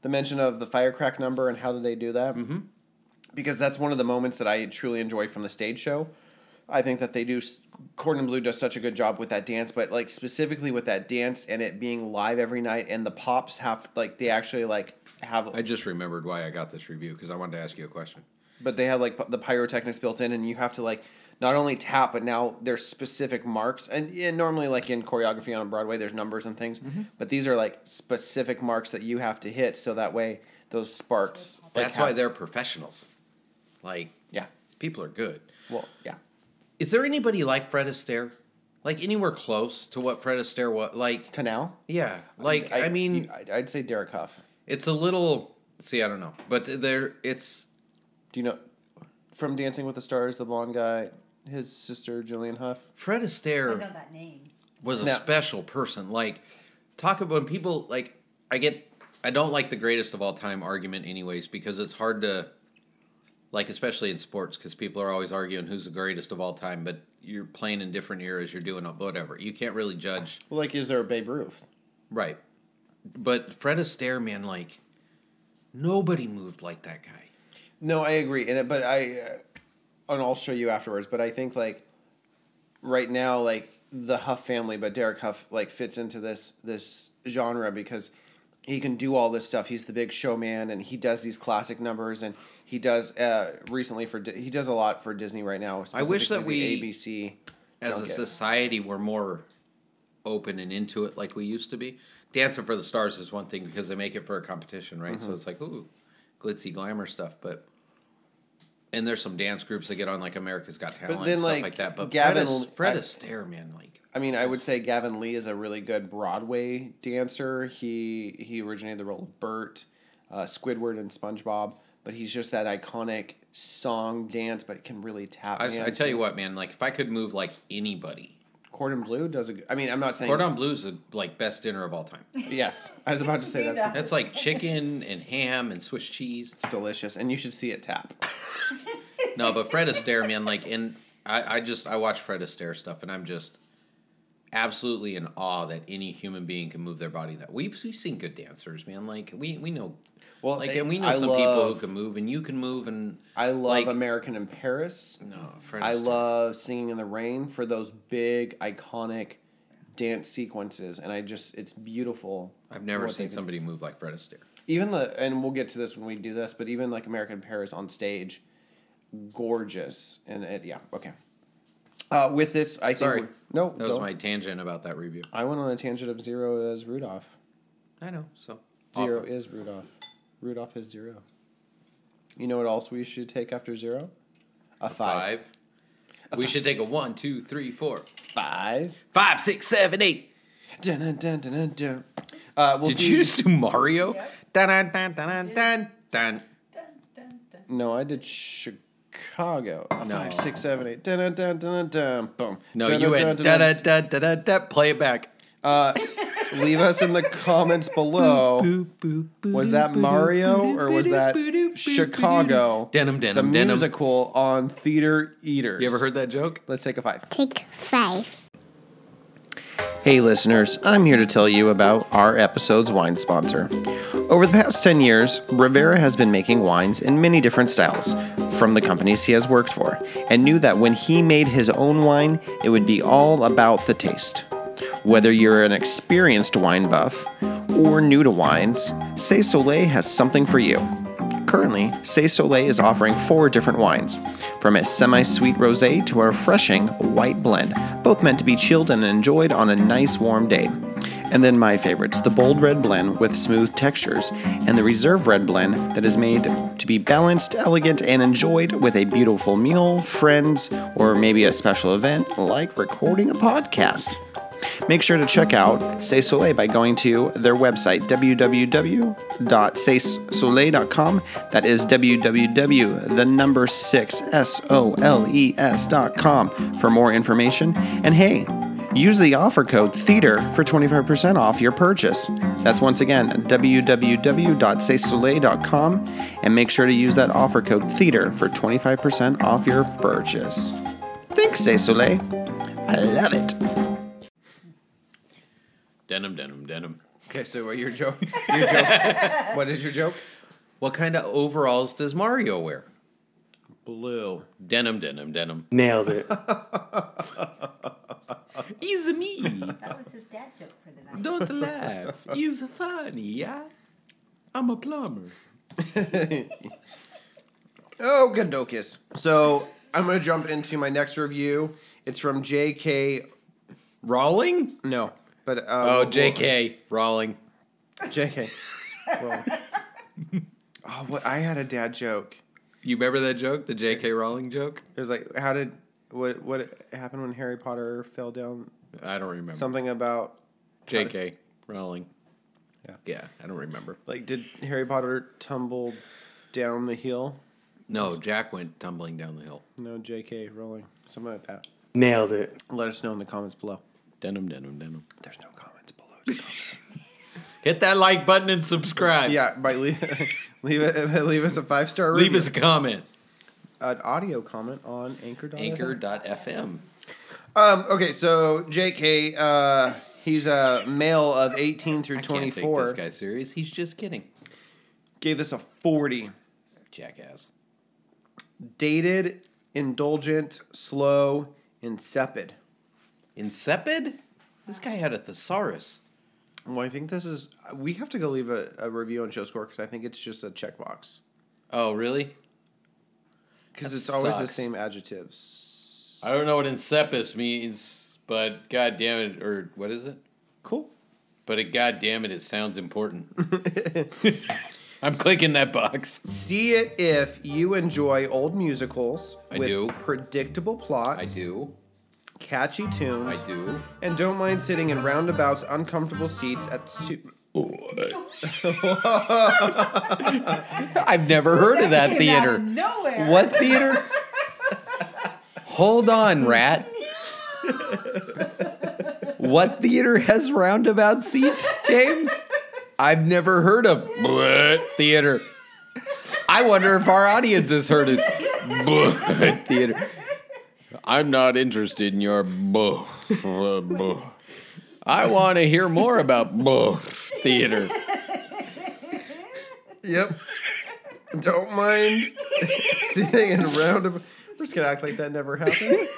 Speaker 2: the mention of the firecrack number and how did they do that? Mm-hmm. Because that's one of the moments that I truly enjoy from the stage show. I think that they do. s- Cordon Bleu does such a good job with that dance, but like specifically with that dance and it being live every night, and the pops have like they actually like have,
Speaker 3: I just remembered why I got this review because I wanted to ask you a question.
Speaker 2: but they have like p- the pyrotechnics built in, and you have to like not only tap, but now there's specific marks, and, and normally like in choreography on Broadway, there's numbers and things, but these are like specific marks that you have to hit, so that way those sparks. like,
Speaker 3: That's why
Speaker 2: hap-
Speaker 3: they're professionals. Like
Speaker 2: Yeah.
Speaker 3: these people are good.
Speaker 2: Well, yeah.
Speaker 3: Is there anybody like Fred Astaire? Like anywhere close to what Fred Astaire was? Like
Speaker 2: To now,
Speaker 3: yeah, like I, mean,
Speaker 2: I- I'd say Derek Huff.
Speaker 3: it's a little. See, I don't know, but there it's
Speaker 2: Do you know from Dancing with the Stars, the blonde guy, his sister Julian Huff?
Speaker 3: Fred
Speaker 4: I
Speaker 3: Astaire.
Speaker 4: know that name.
Speaker 3: was a
Speaker 2: No.
Speaker 3: special person. Like, talk about when people like I get I don't like the greatest of all time argument anyways because it's hard to like especially in sports because people are always arguing who's the greatest of all time, but you're playing in different eras, you're doing whatever. You can't really judge
Speaker 2: Well, like, is there a Babe Ruth?
Speaker 3: right. But Fred Astaire, man, like nobody moved like that guy.
Speaker 2: No, I agree, and it, but I, uh, and I'll show you afterwards. But I think like, right now, like the Huff family, but Derek Huff like fits into this this genre because he can do all this stuff. He's the big showman, and he does these classic numbers, and he does uh, recently for Di- he does a lot for Disney right now.
Speaker 3: I wish that
Speaker 2: specifically the
Speaker 3: we-
Speaker 2: ABC
Speaker 3: as a
Speaker 2: junket.
Speaker 3: society we're more open and into it like we used to be. Dancing for the Stars is one thing because they make it for a competition, right?
Speaker 2: Mm-hmm.
Speaker 3: So it's like ooh, glitzy glamour stuff, but and there's some dance groups that get on like America's Got Talent
Speaker 2: then,
Speaker 3: and stuff
Speaker 2: like,
Speaker 3: like, that. But
Speaker 2: Gavin-
Speaker 3: Fred, Ast- Fred
Speaker 2: I-
Speaker 3: Astaire, man, like
Speaker 2: I mean, I would say Gavin Lee is a really good Broadway dancer. He he originated the role of Bert, uh, Squidward, and SpongeBob. But he's just that iconic song dance, but can really tap.
Speaker 3: I, I
Speaker 2: dance.
Speaker 3: tell you what, man, like if I could move like anybody,
Speaker 2: Cordon Bleu does a. g- I mean, I'm not saying
Speaker 3: Cordon Bleu's the like best dinner of all time.
Speaker 2: Yes, I was about to say that's
Speaker 3: That's like chicken and ham and Swiss cheese.
Speaker 2: it's delicious, and you should see it tap.
Speaker 3: No, but Fred Astaire, man, like, and I, I just I watch Fred Astaire stuff, and I'm just absolutely in awe that any human being can move their body that. We've we've seen good dancers, man. Like we we know,
Speaker 2: Well,
Speaker 3: like, and we know
Speaker 2: I
Speaker 3: some people who
Speaker 2: love-
Speaker 3: can move, and you can move, and
Speaker 2: I love
Speaker 3: like,
Speaker 2: American in Paris.
Speaker 3: No, Fred
Speaker 2: I
Speaker 3: Astaire.
Speaker 2: love Singing in the Rain for those big iconic dance sequences, and I just it's beautiful.
Speaker 3: I've never
Speaker 2: what they
Speaker 3: seen
Speaker 2: can
Speaker 3: somebody move like Fred Astaire.
Speaker 2: Even the and we'll get to this when we do this, but even like American Paris on stage, gorgeous and it, yeah okay. Uh, with this, I
Speaker 3: Sorry.
Speaker 2: think we're- no,
Speaker 3: That was
Speaker 2: don't.
Speaker 3: my tangent about that review.
Speaker 2: I went on a tangent of zero is Rudolph.
Speaker 3: I know. So
Speaker 2: Zero is Rudolph. Rudolph is zero. You know what else we should take after zero? A
Speaker 3: five.
Speaker 2: [LAUGHS]
Speaker 3: We should take a one, two, three, four,
Speaker 2: Five.
Speaker 3: five, six, seven, eight.
Speaker 2: Dun, dun, dun, dun, dun, dun. Uh, we'll
Speaker 3: Did
Speaker 2: see.
Speaker 3: you just do Mario?
Speaker 4: Yep.
Speaker 3: Dun, dun, dun, dun, dun, dun.
Speaker 4: Dun, dun, dun.
Speaker 2: No, I did Chicago. A
Speaker 3: No.
Speaker 2: Five, six, seven, eight. Dun, dun, dun, dun, dun, boom.
Speaker 3: No,
Speaker 2: Dun,
Speaker 3: you
Speaker 2: dun,
Speaker 3: went
Speaker 2: dun,
Speaker 3: da
Speaker 2: dun,
Speaker 3: da da da da da. Play it back.
Speaker 2: Uh, leave us in the comments below. Was that Mario or was that Chicago?
Speaker 3: Denim,
Speaker 2: the
Speaker 3: denim, denim.
Speaker 2: musical on Theater Eaters.
Speaker 3: You ever heard that joke?
Speaker 2: Let's take a five.
Speaker 1: Take five.
Speaker 2: Hey listeners, I'm here to tell you about our episode's wine sponsor. Over the past 10 years, Rivera has been making wines in many different styles from the companies he has worked for and knew that when he made his own wine, it would be all about the taste. Whether you're an experienced wine buff or new to wines, Say Soleil has something for you. Currently, Say Soleil is offering four different wines, from a semi sweet rose to a refreshing white blend, both meant to be chilled and enjoyed on a nice warm day. And then my favorites the bold red blend with smooth textures, and the reserve red blend that is made to be balanced, elegant, and enjoyed with a beautiful meal, friends, or maybe a special event like recording a podcast. Make sure to check out Say Soleil by going to their website, www.saysoleil.com. That is www, the number 6, S-O-L-E-S E dot com for more information. And hey, use the offer code THEATER for 25% off your purchase. That's once again, www.saysoleil.com. And make sure to use that offer code THEATER for 25% off your purchase. Thanks, Say Soleil. I love it.
Speaker 3: Denim, denim, denim.
Speaker 2: Okay, so what your joke? [LAUGHS] Your joke.
Speaker 3: [LAUGHS]
Speaker 2: what is your joke?
Speaker 3: What kind of overalls does Mario wear?
Speaker 2: Blue.
Speaker 3: Denim, denim, denim.
Speaker 5: Nailed
Speaker 2: [LAUGHS]
Speaker 5: it.
Speaker 3: He's me.
Speaker 4: That was his dad joke for the night.
Speaker 3: Don't laugh. He's funny, yeah? I'm a plumber.
Speaker 2: Oh, good dokis. So I'm gonna jump into my next review. It's from J.K.
Speaker 3: Rawling?
Speaker 2: No, but uh,
Speaker 3: Oh,
Speaker 2: we'll-
Speaker 3: JK. Rawling.
Speaker 2: we'll- J.K. Well, [LAUGHS] oh, what I had a dad joke.
Speaker 3: You remember that joke? The JK Rawling joke?
Speaker 2: It was like, how did what what happened when Harry Potter fell down?
Speaker 3: I don't remember.
Speaker 2: Something about
Speaker 3: JK Rawling.
Speaker 2: Yeah.
Speaker 3: Yeah, I don't remember.
Speaker 2: like, did Harry Potter tumble down the hill?
Speaker 3: No, Jack went tumbling down the hill.
Speaker 2: No, J.K. Rowling, something like that.
Speaker 5: Nailed it.
Speaker 2: Let us know in the comments below.
Speaker 3: Denim, denim, denim.
Speaker 2: There's no comments below. [LAUGHS]
Speaker 3: Hit that like button and subscribe.
Speaker 2: Yeah, by leave [LAUGHS] leave it leave us a five star
Speaker 3: Leave us a comment.
Speaker 2: an audio comment on Anchor.
Speaker 3: Anchor.fm.
Speaker 2: Um. Okay. So J.K. Uh, he's a male of eighteen through twenty
Speaker 3: Can't take this
Speaker 2: four.
Speaker 3: guy serious. He's just kidding.
Speaker 2: Gave this a forty.
Speaker 3: Jackass.
Speaker 2: Dated, indulgent, slow, insipid.
Speaker 3: Insipid? This guy had a thesaurus.
Speaker 2: Well, I think this is. We have to go leave a, a review on Show Score because I think it's just a checkbox
Speaker 3: Oh, really?
Speaker 2: because
Speaker 3: That
Speaker 2: it's always the
Speaker 3: sucks.
Speaker 2: same adjectives.
Speaker 3: I don't know what insepus means, but god damn it, or what is it?
Speaker 2: Cool.
Speaker 3: But it, god damn it, it sounds [LAUGHS] important. I'm clicking that box.
Speaker 2: See it if you enjoy old musicals
Speaker 3: I
Speaker 2: with
Speaker 3: do.
Speaker 2: predictable plots.
Speaker 3: I do.
Speaker 2: catchy tunes,
Speaker 3: I do.
Speaker 2: and don't mind sitting in roundabouts, uncomfortable seats at stu-
Speaker 3: I've never heard of that
Speaker 4: Came out
Speaker 3: theater.
Speaker 4: of nowhere.
Speaker 3: What theater? Hold on, rat. What theater has roundabout seats, James? I've never heard of what theater. I wonder if our audience has heard of what theater. I'm not interested in your boo. I want to hear more about boo theater.
Speaker 2: Yep. don't mind [LAUGHS] sitting in roundabout. We're just gonna act like that never happened. [LAUGHS]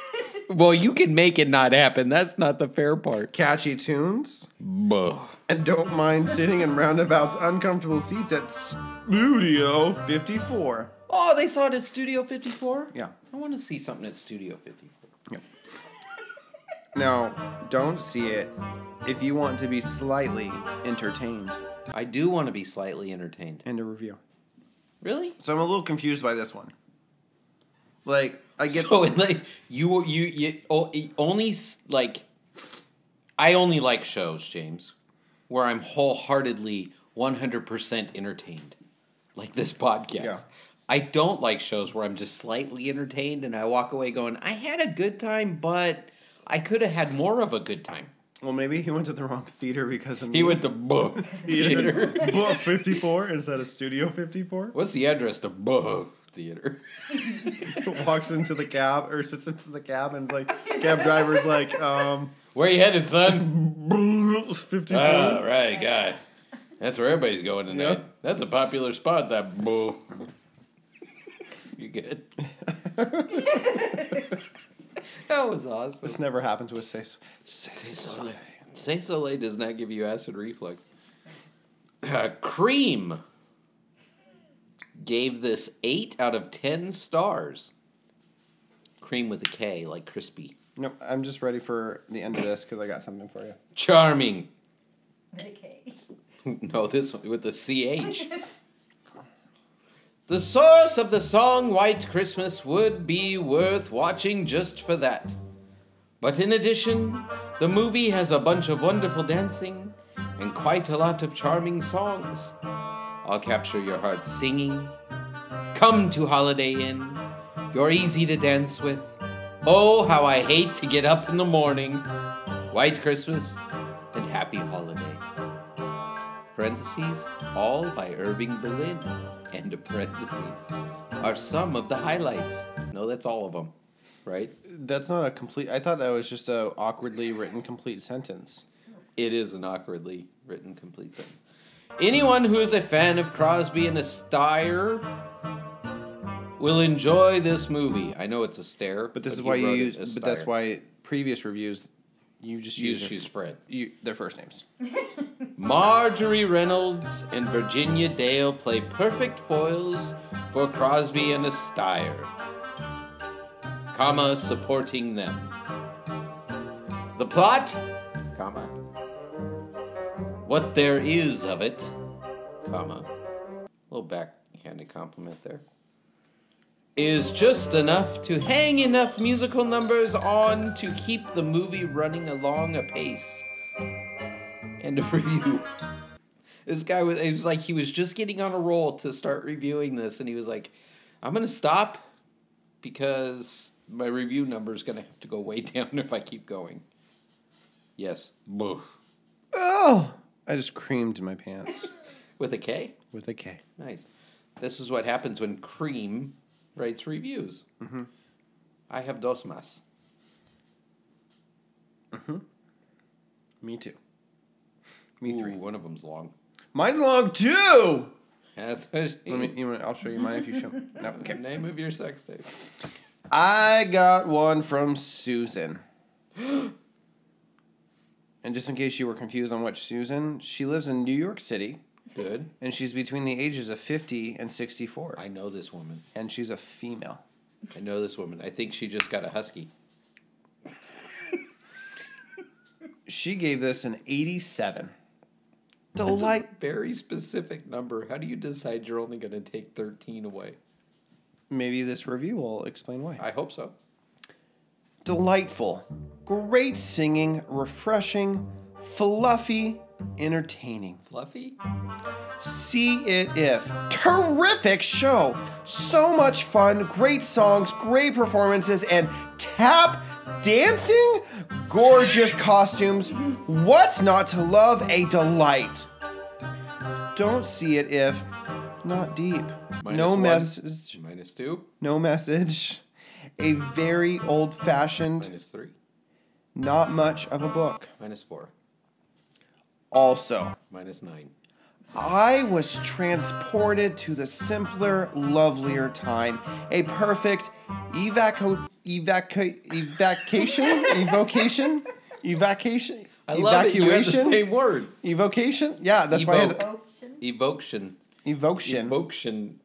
Speaker 3: Well, you can make it not happen. That's not the fair part.
Speaker 2: catchy tunes,
Speaker 3: Buh.
Speaker 2: and don't mind sitting in roundabouts uncomfortable seats at Studio 54.
Speaker 3: Oh, they saw it at Studio 54?
Speaker 2: Yeah.
Speaker 3: I want to see something at Studio 54.
Speaker 2: Now, don't see it if you want to be slightly entertained
Speaker 3: I do want to be slightly entertained.
Speaker 2: and a review.
Speaker 3: Really?
Speaker 2: So I'm a little confused by this one. Like, I get
Speaker 3: so [LAUGHS] like you you you o- only s- like I only like shows, James, where I'm wholeheartedly 100% entertained, like this podcast.
Speaker 2: Yeah.
Speaker 3: I don't like shows where I'm just slightly entertained and I walk away going, I had a good time, but I could have had more of a good time.
Speaker 2: well, maybe he went to the wrong theater because of
Speaker 3: He went
Speaker 2: [LAUGHS]
Speaker 3: to Bug Theater.
Speaker 2: Book 54 instead of Studio 54.
Speaker 3: What's the address to Bug Theater? [LAUGHS]
Speaker 2: [LAUGHS] Walks into the cab or sits into the cab and is like, cab driver's like, um,
Speaker 3: Where you headed, son?
Speaker 2: 54.
Speaker 3: Oh, right, guy. That's where everybody's going tonight.
Speaker 2: Yeah.
Speaker 3: That's a popular spot, that boo. you [LAUGHS] good? that was awesome.
Speaker 2: This never happened to us. Say, say,
Speaker 3: Say Soleil does not give you acid reflux. Uh, Cream gave this 8 out of 10 stars. Cream with a K, like crispy.
Speaker 2: Nope, I'm just ready for the end of this because I got something for you.
Speaker 3: Charming.
Speaker 4: Okay.
Speaker 3: [LAUGHS] No, this one with the CH. the source of the song White Christmas would be worth watching just for that. But in addition, the movie has a bunch of wonderful dancing and quite a lot of charming songs. I'll capture your heart singing. Come to Holiday Inn. You're easy to dance with. Oh, how I hate to get up in the morning. White Christmas and happy holiday parentheses, all by Irving Berlin, end of parentheses, are some of the highlights. No, that's all of them, right?
Speaker 2: That's not a complete. I thought that was just a awkwardly written complete sentence.
Speaker 3: It is an awkwardly written complete sentence. Anyone who is a fan of Crosby and Astaire will enjoy this movie. I know it's a stare,
Speaker 2: But this is why you
Speaker 3: wrote it
Speaker 2: use. But that's
Speaker 3: Astaire.
Speaker 2: why previous reviews, you just
Speaker 3: you
Speaker 2: use,
Speaker 3: choose Fred.
Speaker 2: their, you, their first names.
Speaker 3: Marjorie Reynolds and Virginia Dale play perfect foils for Crosby and Astaire, comma, supporting them. The plot, comma, what there is of it, comma, little backhanded compliment there, is just enough to hang enough musical numbers on to keep the movie running along apace. End of [LAUGHS] review. This guy was it was like he was just getting on a roll to start reviewing this, and he was like, I'm gonna stop because my review number is gonna have to go way [LAUGHS] down if I keep going. Yes. Boo.
Speaker 2: Oh, I just creamed my pants
Speaker 3: With a K?
Speaker 2: with a K.
Speaker 3: Nice. This is what happens when cream writes reviews. Mm-hmm. I have dos mas.
Speaker 2: Me too. Me
Speaker 3: Ooh,
Speaker 2: three.
Speaker 3: One of them's long. [LAUGHS]
Speaker 2: Mine's long too.
Speaker 3: That's what she-
Speaker 2: Let me. You want, I'll show you mine if you show. No.
Speaker 3: the
Speaker 2: Okay.
Speaker 3: name of your sex tape.
Speaker 2: I got one from Susan. [GASPS] and just in case you were confused on which Susan, she lives in New York City
Speaker 3: Good.
Speaker 2: and she's between the ages of 50 and 64.
Speaker 3: I know this woman.
Speaker 2: and she's a female.
Speaker 3: I know this woman. I think she just got a husky.
Speaker 2: She gave this an 87.
Speaker 3: That's
Speaker 2: Delight.
Speaker 3: a very specific number. How do you decide you're only going to take 13 away?
Speaker 2: Maybe this review will explain why.
Speaker 3: I hope so.
Speaker 2: Delightful. Great singing, refreshing, fluffy, entertaining.
Speaker 3: Fluffy?
Speaker 2: See It If. Terrific show. So much fun, great songs, great performances, and tap dancing? Gorgeous costumes. What's not to love? A delight. Don't see it if not deep. no
Speaker 3: one.
Speaker 2: message.
Speaker 3: Minus two.
Speaker 2: No message. A very old fashioned,
Speaker 3: Minus three.
Speaker 2: not much of a book.
Speaker 3: Minus four.
Speaker 2: Also,
Speaker 3: Minus nine.
Speaker 2: I was transported to the simpler, lovelier time. A perfect
Speaker 3: [LAUGHS]
Speaker 2: evacu- evacu- evacation? evocation? Evacation?
Speaker 3: I love it. You had the
Speaker 2: Evacuation?
Speaker 3: same word.
Speaker 2: Evocation? Yeah, that's why I had
Speaker 3: Evoke.
Speaker 4: [LAUGHS] Ocean.
Speaker 3: Evocation.
Speaker 2: evocation.
Speaker 3: Evocation.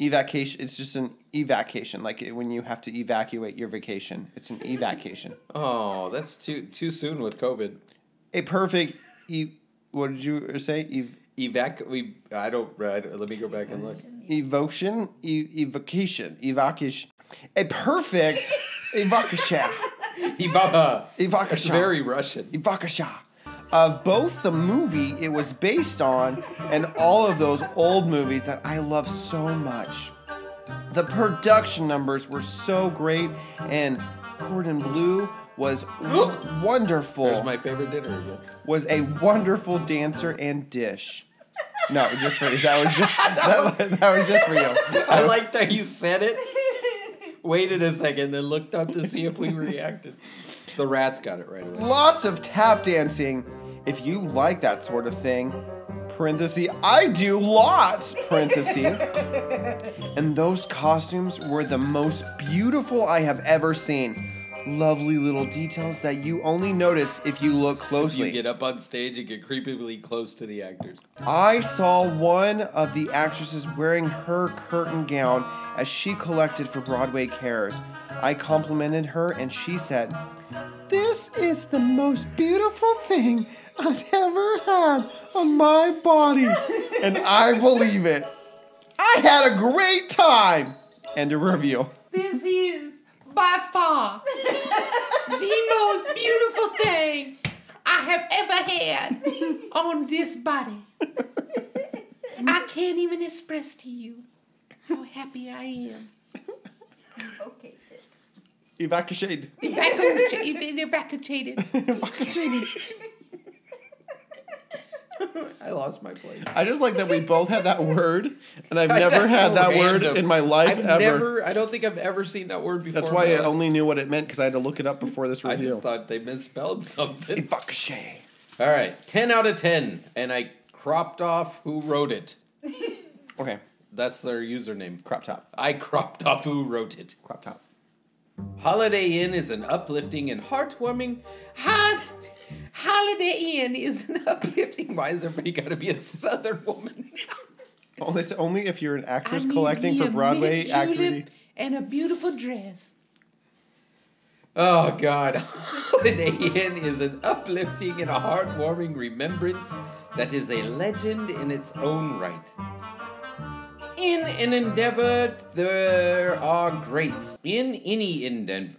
Speaker 2: evacuation. It's just an evacuation, like when you have to evacuate your vacation. It's an evacuation.
Speaker 3: Oh, that's too too soon with COVID.
Speaker 2: A perfect. E- what did you say? E, Ev-
Speaker 3: Evac. We. I don't. I don't- let me go back and look.
Speaker 2: evocation, e- evocation, evocation. A
Speaker 3: [LAUGHS]
Speaker 2: perfect evocation,
Speaker 3: Ibaba. That's
Speaker 2: evocation,
Speaker 3: very Russian.
Speaker 2: evocation of both the movie it was based on and all of those old movies that I love so much. The production numbers were so great, and Cordon Bleu
Speaker 3: [GASPS]
Speaker 2: was w- wonderful
Speaker 3: There's my favorite dinner again.
Speaker 2: was a wonderful dancer and dish. No, just for you. That was just that,
Speaker 3: [LAUGHS]
Speaker 2: was- [LAUGHS] that was just for you.
Speaker 3: I liked how you said it. Waited a second, then looked up to see if we reacted. The rats got it right away.
Speaker 2: Lots of tap dancing. If you like that sort of thing, parenthesis, I do lots, parenthesis. and those costumes were the most beautiful I have ever seen. Lovely little details that you only notice if you look closely.
Speaker 3: You get up on stage and get creepily close to the actors.
Speaker 2: I saw one of the actresses wearing her curtain gown as she collected for Broadway Cares. I complimented her and she said, This is the most beautiful thing I've ever had on my
Speaker 3: [LAUGHS]
Speaker 2: body. And I believe it. I had a great time. And a review.
Speaker 5: This is by far the most beautiful thing I have ever had on this body. I can't even express to you how happy I am.
Speaker 4: Okay. tit.
Speaker 2: Evacuated. [LAUGHS]
Speaker 5: Evacuated.
Speaker 2: Evacuated.
Speaker 3: I lost my place.
Speaker 2: I just like that we both had that word, and I've
Speaker 3: [LAUGHS] That's
Speaker 2: never had that
Speaker 3: random.
Speaker 2: word in my life
Speaker 3: I've
Speaker 2: ever.
Speaker 3: never. I don't think I've ever seen that word before.
Speaker 2: That's
Speaker 3: in
Speaker 2: why
Speaker 3: my
Speaker 2: I
Speaker 3: life.
Speaker 2: only knew what it meant because I had to look it up before this
Speaker 3: I
Speaker 2: review.
Speaker 3: just thought they misspelled something.
Speaker 2: Evocache.
Speaker 3: All right, ten out of ten, and I cropped off who wrote it.
Speaker 2: Okay,
Speaker 3: That's their username.
Speaker 2: crop top.
Speaker 3: I cropped off who wrote it.
Speaker 2: Crop top.
Speaker 3: Holiday Inn is an uplifting and heartwarming. Hot Holiday Inn is an [LAUGHS] uplifting. Why has everybody got to be a Southern woman?
Speaker 2: Only, it's only if you're an actress
Speaker 5: I need
Speaker 2: collecting
Speaker 5: me
Speaker 2: for
Speaker 5: a
Speaker 2: Broadway
Speaker 5: mint julep
Speaker 2: activity.
Speaker 5: And a beautiful dress.
Speaker 3: Oh God, [LAUGHS] Holiday Inn is an uplifting and a heartwarming remembrance that is a legend in its own right. In an endeavor, there are greats. In any endeavor,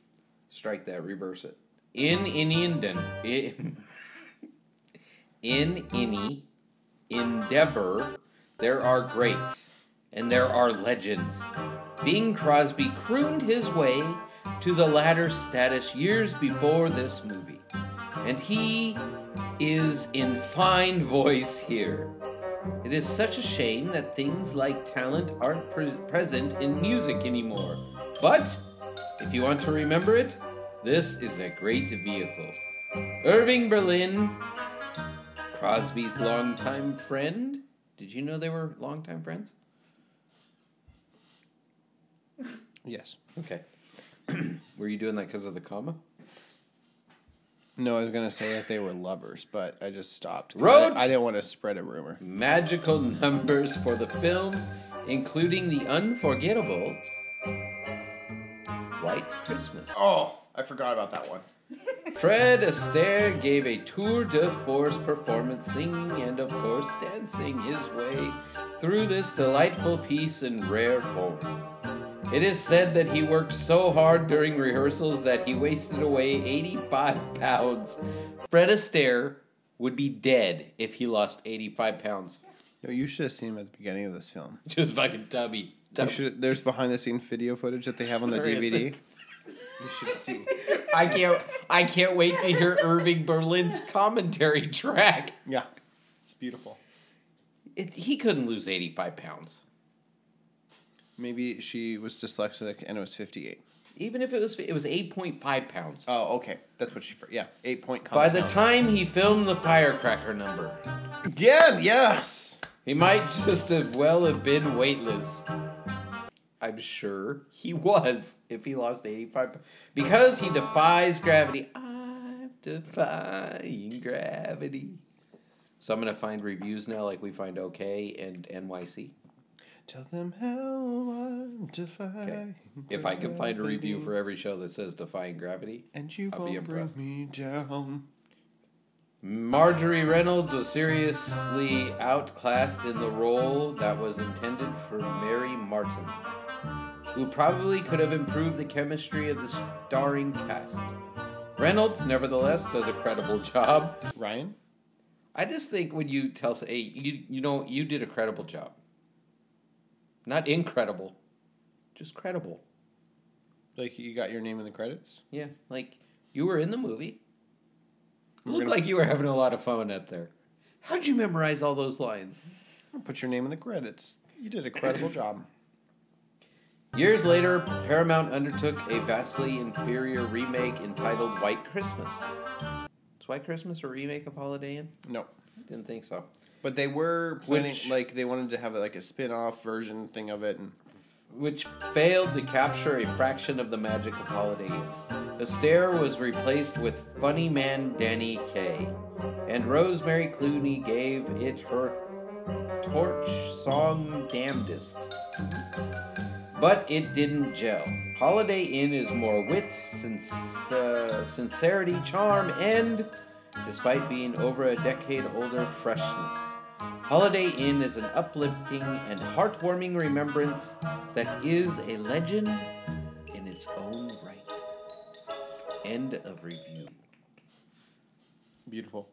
Speaker 3: [SIGHS] strike that, reverse it. In any endeavor, [LAUGHS] in any endeavor, there are greats and there are legends. Bing Crosby crooned his way to the latter status years before this movie, and he is in fine voice here. It is such a shame that things like talent aren't pre- present in music anymore. But if you want to remember it, this is a great vehicle. Irving Berlin, Crosby's longtime friend. Did you know they were longtime friends?
Speaker 2: Yes.
Speaker 3: Okay. [CLEARS THROAT] were you doing that because of the comma?
Speaker 2: No, I was gonna say that they were lovers, but I just stopped. 'cause
Speaker 3: Wrote-
Speaker 2: I, I didn't want to spread a rumor.
Speaker 3: Magical numbers for the film, including the unforgettable White Christmas.
Speaker 2: Oh, I forgot about that one.
Speaker 3: [LAUGHS]
Speaker 2: [LAUGHS]
Speaker 3: Fred Astaire gave a tour de force performance, singing and, of course, dancing his way through this delightful piece in rare form. It is said that he worked so hard during rehearsals that he wasted away 85 pounds. Fred Astaire would be dead if he lost 85 pounds.
Speaker 2: No, you should have seen him at the beginning of this film.
Speaker 3: Just fucking tubby.
Speaker 2: You should, there's behind the scene video footage that they have on the
Speaker 3: There
Speaker 2: DVD.
Speaker 3: isn't.
Speaker 2: [LAUGHS] You should see.
Speaker 3: I can't. I can't wait to hear Irving Berlin's commentary track.
Speaker 2: [LAUGHS] Yeah, it's beautiful.
Speaker 3: It, he couldn't lose 85 pounds.
Speaker 2: Maybe she was dyslexic and it was 58.
Speaker 3: Even if it was it was 8.5 pounds.
Speaker 2: Oh, okay. That's what she. Yeah, eight point.
Speaker 3: By the time he filmed the firecracker number,
Speaker 2: Again, yes.
Speaker 3: he might just as well have been weightless. I'm sure he was if he lost 85 pounds. Because he defies gravity. I'm defying gravity. So I'm gonna find reviews now, like we find OK and NYC.
Speaker 2: Tell them how I'm defying.
Speaker 3: If I can find a review
Speaker 2: gravity,
Speaker 3: for every show that says defying gravity,
Speaker 2: and you
Speaker 3: I'll be
Speaker 2: won't bring
Speaker 3: impressed.
Speaker 2: me down.
Speaker 3: Marjorie Reynolds was seriously outclassed in the role that was intended for Mary Martin, who probably could have improved the chemistry of the starring cast. Reynolds, nevertheless, does a credible [LAUGHS] job.
Speaker 2: Ryan,
Speaker 3: I just think when you tell, s- hey, you you know, you did a credible job. Not incredible, just credible.
Speaker 2: like you got your name in the credits.
Speaker 3: Yeah, like you were in the movie.
Speaker 2: We're
Speaker 3: Looked
Speaker 2: gonna-
Speaker 3: like you were having a lot of fun up there. How'd you memorize all those lines?
Speaker 2: Put your name in the credits. You did a [COUGHS] credible job.
Speaker 3: Years later, Paramount undertook a vastly inferior remake entitled White Christmas. Is White Christmas a remake of Holiday Inn?
Speaker 2: No,
Speaker 3: Didn't think so.
Speaker 2: but they were planning
Speaker 3: Which-
Speaker 2: like they wanted to have like a spin-off version thing of it, and
Speaker 3: which failed to capture a fraction of the magic of Holiday Inn. Astaire was replaced with funny man Danny Kaye, and Rosemary Clooney gave it her torch song damnedest. But it didn't gel. Holiday Inn is more wit, since, uh, sincerity, charm, and, despite being over a decade older, freshness. Holiday Inn is an uplifting and heartwarming remembrance that is a legend in its own right. End of review.
Speaker 2: beautiful.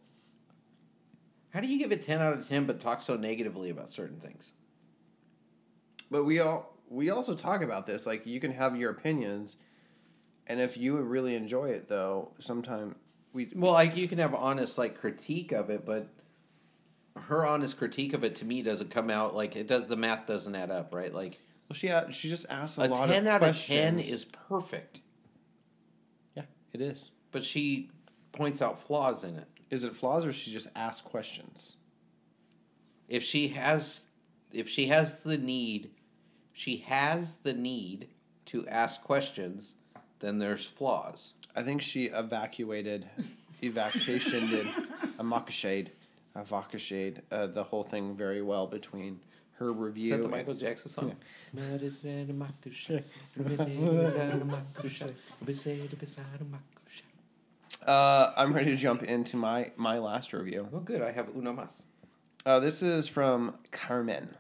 Speaker 3: How do you give it 10 out of 10 but talk so negatively about certain things?
Speaker 2: But we all we also talk about this. Like you can have your opinions, and if you would really enjoy it, though, sometime we
Speaker 3: Well, like you can have honest like critique of it, but her honest critique of it to me doesn't come out like it does the math doesn't add up, right? Like
Speaker 2: well, she had, she just asked a,
Speaker 3: a,
Speaker 2: lot
Speaker 3: 10
Speaker 2: of
Speaker 3: out
Speaker 2: questions.
Speaker 3: of 10 is perfect,
Speaker 2: yeah, it is.
Speaker 3: but she points out flaws in it.
Speaker 2: Is it flaws or she just asked questions?
Speaker 3: if she has if she has the need she has the need to ask questions then there's flaws
Speaker 2: I think she evacuated, evacuation did, evacuated, evacuated uh, the whole thing very well between her
Speaker 3: is
Speaker 2: review.
Speaker 3: that the
Speaker 2: and-
Speaker 3: michael jackson song
Speaker 2: Uh, I'm ready to jump into my my last review.
Speaker 3: oh good i have uno mas
Speaker 2: Uh, this is from Carmen.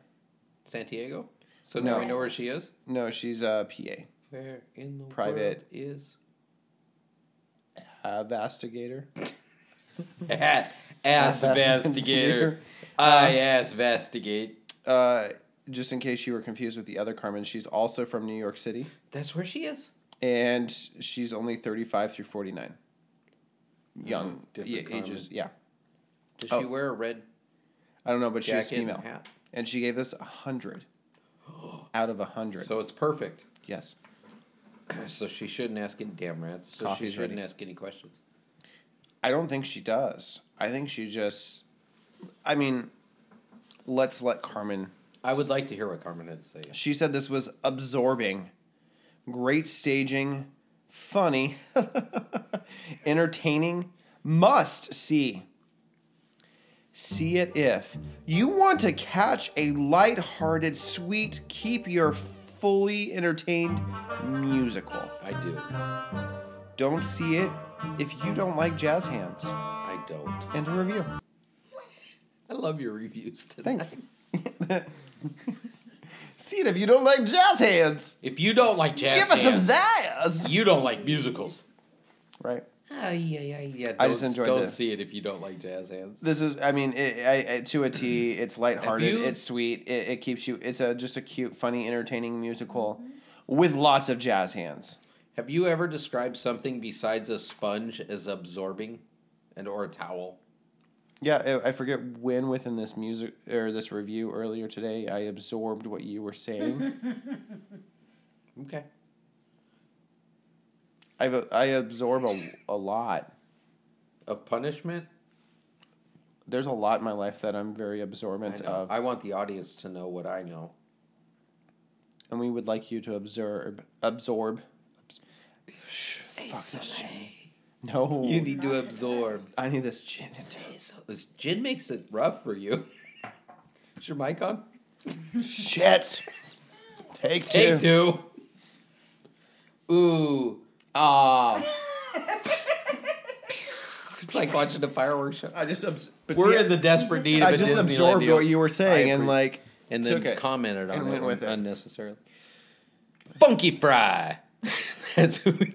Speaker 3: santiago so now
Speaker 2: No.
Speaker 3: we know where she is
Speaker 2: No, she's a PA.
Speaker 3: where in the
Speaker 2: Private.
Speaker 3: world [LAUGHS] is
Speaker 2: Investigator.
Speaker 3: ass investigator i ass investigate
Speaker 2: Uh, just in case you were confused with the other Carmen, she's also from New York City,
Speaker 3: that's where she is
Speaker 2: and she's only 35 through 49. Young,
Speaker 3: Mm, different
Speaker 2: yeah, ages.
Speaker 3: Carmen.
Speaker 2: Yeah,
Speaker 3: does
Speaker 2: Oh.
Speaker 3: she wear a red
Speaker 2: I don't know, but she's
Speaker 3: jacket
Speaker 2: female.
Speaker 3: and hat
Speaker 2: and she gave this a hundred out of a hundred.
Speaker 3: so it's perfect
Speaker 2: yes,
Speaker 3: So she shouldn't ask any damn rats. So
Speaker 2: Coffee's
Speaker 3: she shouldn't
Speaker 2: ready.
Speaker 3: ask any questions.
Speaker 2: I don't think she does. I think she just. I mean, let's let Carmen.
Speaker 3: I would like to hear what Carmen had to say.
Speaker 2: She said this was absorbing, great staging, funny, [LAUGHS] entertaining. Must see. See it if you want to catch a light-hearted, sweet, keep your fully entertained musical.
Speaker 3: I do.
Speaker 2: Don't see it if you don't like jazz hands.
Speaker 3: I don't.
Speaker 2: End of review.
Speaker 3: I love your reviews today.
Speaker 2: Thanks. [LAUGHS] see it if you don't like jazz hands.
Speaker 3: If you don't like jazz,
Speaker 2: Give us some
Speaker 3: hands,
Speaker 2: zazz.
Speaker 3: You don't like musicals.
Speaker 2: Right.
Speaker 3: Ah, yeah, yeah, yeah.
Speaker 2: I just
Speaker 3: Don't-
Speaker 2: enjoyed
Speaker 3: Don't
Speaker 2: this.
Speaker 3: see it if you don't like jazz hands.
Speaker 2: This is, I mean, it, I, I, to a T, it's lighthearted,
Speaker 3: Have you-
Speaker 2: it's sweet, it, it keeps you, it's a just a cute, funny, entertaining musical with lots of jazz hands.
Speaker 3: Have you ever described something besides a sponge as absorbing, and or a towel?
Speaker 2: Yeah, I I forget when within this music or this review earlier today I absorbed what you were [LAUGHS] saying.
Speaker 3: Okay.
Speaker 2: I I absorb a, a lot.
Speaker 3: Of punishment.
Speaker 2: There's a lot in my life that I'm very
Speaker 3: I,
Speaker 2: absorbent
Speaker 3: know.
Speaker 2: of.
Speaker 3: I want the audience to know what I know.
Speaker 2: and we would like you to observe, absorb.
Speaker 3: Say something.
Speaker 2: [LAUGHS] No.
Speaker 3: You need to absorb.
Speaker 2: I need this gin.
Speaker 3: This gin makes it rough for you. [LAUGHS] Is your mic on?
Speaker 2: Shit. Take
Speaker 3: Take two. Ooh. Ah. it's like watching a fireworks show.
Speaker 2: I just abs- but
Speaker 3: We're
Speaker 2: see,
Speaker 3: in the desperate need of
Speaker 2: I
Speaker 3: a
Speaker 2: just
Speaker 3: Disneyland
Speaker 2: absorbed
Speaker 3: deal.
Speaker 2: what you were saying and
Speaker 3: agree.
Speaker 2: like
Speaker 3: and
Speaker 2: took
Speaker 3: then
Speaker 2: it
Speaker 3: commented on
Speaker 2: and
Speaker 3: it,
Speaker 2: went with it.
Speaker 3: unnecessarily. Funky Fry. [LAUGHS] That's who. we-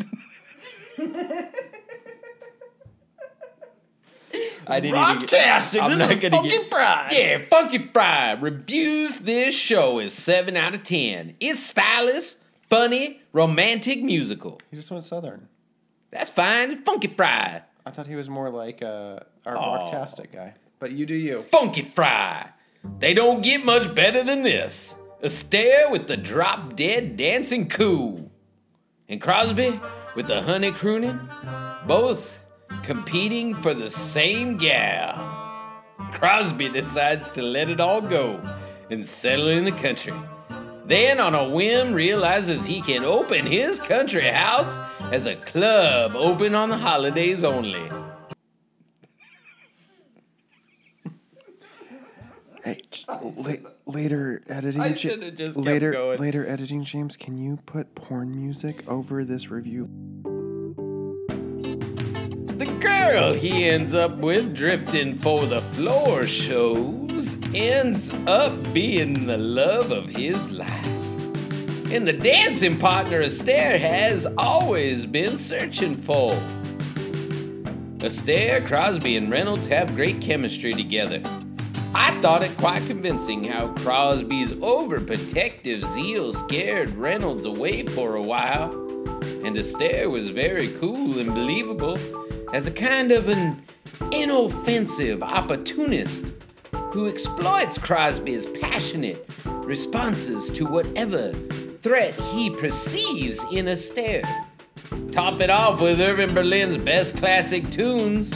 Speaker 3: I didn't even get-
Speaker 2: Rocktastic!
Speaker 3: I'm
Speaker 2: This
Speaker 3: not
Speaker 2: is
Speaker 3: gonna
Speaker 2: Funky
Speaker 3: get-
Speaker 2: Fry!
Speaker 3: Yeah, Funky Fry reviews this show as seven out of ten. It's stylish, funny, romantic musical.
Speaker 2: he just went southern.
Speaker 3: That's fine. Funky Fry.
Speaker 2: I thought he was more like uh, our
Speaker 3: Aw.
Speaker 2: rocktastic guy. But you do you.
Speaker 3: Funky Fry. They don't get much better than this. Astaire with the drop dead dancing coup. And Crosby with the honey crooning. Both competing for the same gal. Crosby decides to let it all go and settle in the country. Then, on a whim, realizes he can open his country house as a club open on the holidays only.
Speaker 2: Hey, later editing.
Speaker 3: I should have just kept going.
Speaker 2: later editing, James. Can you put porn music over this review?
Speaker 3: The girl he ends up with drifting for the floor shows ends up being the love of his life. And the dancing partner Astaire has always been searching for. Astaire, Crosby, and Reynolds have great chemistry together. I thought it quite convincing how Crosby's overprotective zeal scared Reynolds away for a while and Astaire was very cool and believable as a kind of an inoffensive opportunist who exploits Crosby's passionate responses to whatever threat he perceives in Astaire. Top it off with Irving Berlin's best classic tunes,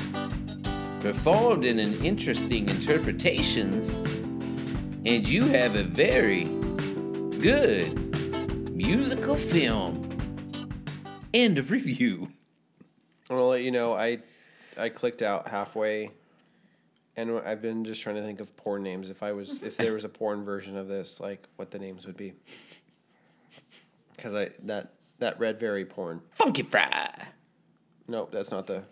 Speaker 3: performed in an interesting interpretations, and you have a very good musical film. End of review.
Speaker 2: I'm gonna let you know. I I clicked out halfway, and I've been just trying to think of porn names. If I was, if there was a porn version of this, like what the names would be. Because I that that red very porn.
Speaker 3: Funky Fry.
Speaker 2: No, that's not the.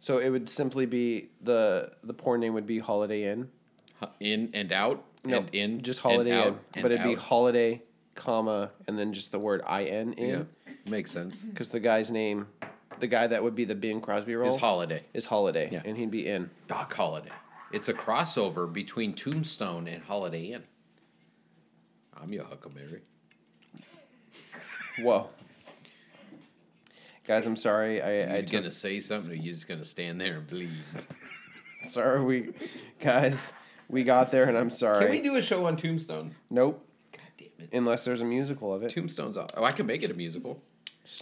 Speaker 2: So it would simply be the the porn name would be Holiday Inn.
Speaker 3: In and out.
Speaker 2: No,
Speaker 3: and in.
Speaker 2: just Holiday
Speaker 3: and out,
Speaker 2: Inn,
Speaker 3: and
Speaker 2: but it'd be
Speaker 3: out.
Speaker 2: Holiday, comma, and then just the word I N in.
Speaker 3: Yeah, makes sense.
Speaker 2: Because the guy's name, the guy that would be the Bing Crosby role
Speaker 3: It's holiday.
Speaker 2: is Holiday,
Speaker 3: Yeah.
Speaker 2: and he'd be in.
Speaker 3: Doc Holiday. It's a crossover between Tombstone and Holiday Inn. I'm your Huckleberry.
Speaker 2: Whoa. Guys, I'm sorry. I,
Speaker 3: Are
Speaker 2: I
Speaker 3: you
Speaker 2: took-
Speaker 3: gonna say something, or you just gonna stand there and bleed?
Speaker 2: [LAUGHS] sorry. We, guys, we got there, and I'm sorry.
Speaker 3: Can we do a show on Tombstone?
Speaker 2: nope.
Speaker 3: God damn it!
Speaker 2: Unless there's a musical of it.
Speaker 3: Tombstone's off. Oh, I can make it a musical.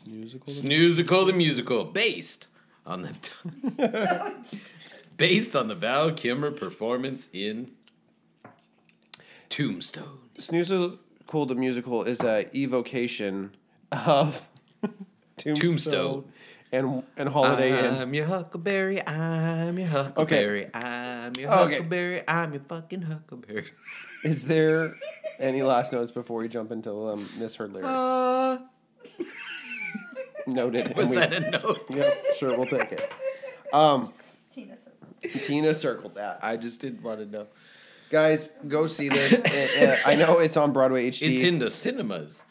Speaker 2: musical.
Speaker 3: Snoozical the musical, based on the [LAUGHS] based on the Val Kilmer performance in Tombstone.
Speaker 2: Snoozical the musical is a evocation of [LAUGHS] Tombstone,
Speaker 3: Tombstone. Um.
Speaker 2: and and Holiday Inn.
Speaker 3: I'm your Huckleberry. I'm your Huckleberry. I'm your
Speaker 2: Okay.
Speaker 3: Huckleberry. I'm your fucking Huckleberry.
Speaker 2: Is there any last notes before we jump into um, misheard lyrics?
Speaker 3: Uh,
Speaker 2: Noted. and
Speaker 3: [LAUGHS] was
Speaker 2: we- [LAUGHS]
Speaker 3: that a note?
Speaker 2: Yep, sure, we'll take it. Um,
Speaker 4: Tina said.
Speaker 2: Tina circled that.
Speaker 3: I just didn't want to know.
Speaker 2: Guys, go see
Speaker 3: [LAUGHS]
Speaker 2: this. Uh, uh, I know it's on Broadway HD.
Speaker 3: It's in the cinemas.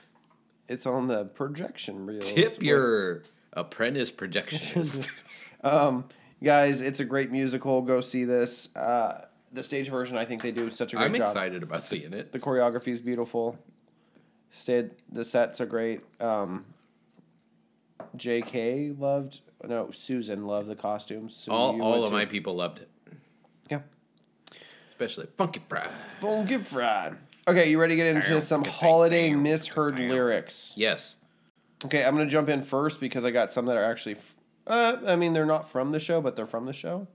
Speaker 2: It's on the projection reel.
Speaker 3: Tip your apprentice projectionist.
Speaker 2: Um, guys, it's a great musical. Go see this. Uh, the stage version, I think they do such a great
Speaker 3: I'm
Speaker 2: job.
Speaker 3: excited about seeing it.
Speaker 2: The choreography is beautiful. Stayed, the sets are great. Um, J.K. loved. No, Susan loved the costumes. So
Speaker 3: All,
Speaker 2: you
Speaker 3: all
Speaker 2: went
Speaker 3: of
Speaker 2: to-
Speaker 3: my people loved it,
Speaker 2: Yeah.
Speaker 3: especially Funky Fry.
Speaker 2: Don't get fried. Okay, you ready to get into some holiday misheard lyrics?
Speaker 3: Yes.
Speaker 2: Okay, I'm gonna jump in first because I got some that are actually, f- uh, I mean, they're not from the show, but they're from the show.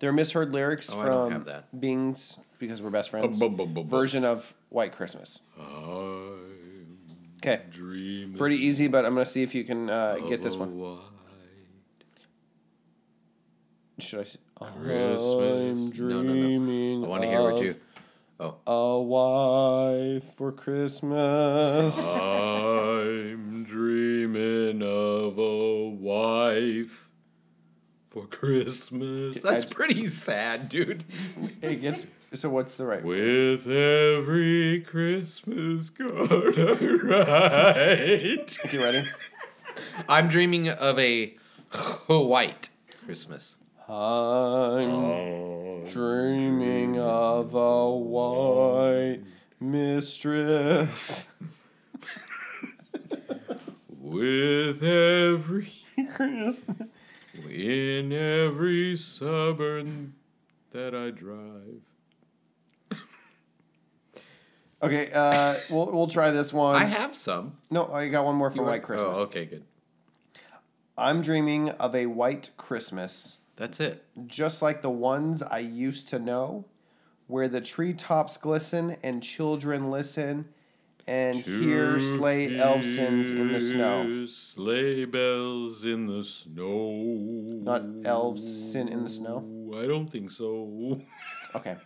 Speaker 2: They're misheard lyrics
Speaker 3: Oh, I don't have
Speaker 2: from
Speaker 3: that.
Speaker 2: Bing's because we're best friends
Speaker 3: bu- bu- bu- bu-
Speaker 2: version of White Christmas. Okay, pretty easy, but I'm gonna see if you can uh, get this one. Should I? s- oh.
Speaker 3: Greatest
Speaker 2: I'm
Speaker 3: space. No, no, no. I
Speaker 2: dreaming.
Speaker 3: I want to hear what
Speaker 2: of
Speaker 3: you. Oh.
Speaker 2: A wife for Christmas.
Speaker 3: Oh. I'm dreaming of a wife for Christmas. That's
Speaker 2: I-
Speaker 3: pretty sad, dude.
Speaker 2: it gets. So what's the right?
Speaker 3: With every Christmas card I write,
Speaker 2: You ready?
Speaker 3: I'm dreaming of a white Christmas.
Speaker 2: I'm dreaming of a white mistress.
Speaker 3: With every
Speaker 2: Christmas.
Speaker 3: in every suburb that I drive.
Speaker 2: Okay, uh, we'll we'll try this one.
Speaker 3: I have some.
Speaker 2: no, I got one more for white Christmas.
Speaker 3: Oh, okay, good.
Speaker 2: I'm dreaming of a white Christmas,
Speaker 3: That's it.
Speaker 2: just like the ones I used to know, where the treetops glisten and children listen, and hear sleigh elfins in the snow.
Speaker 3: Hear Sleigh bells in the snow.
Speaker 2: Not elves sin in the snow.
Speaker 3: I don't think so.
Speaker 2: Okay.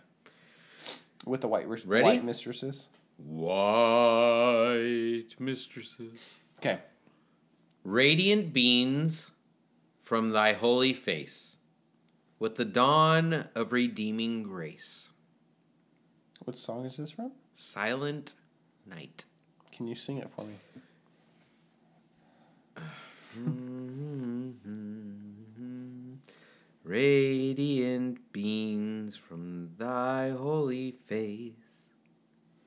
Speaker 2: With the white, ris-
Speaker 3: Ready?
Speaker 2: white mistresses.
Speaker 3: White mistresses.
Speaker 2: Okay.
Speaker 3: Radiant beams from thy holy face with the dawn of redeeming grace.
Speaker 2: What song is this from?
Speaker 3: Silent night.
Speaker 2: Can you sing it for me?
Speaker 3: Mm-hmm. Radiant beams from thy holy face.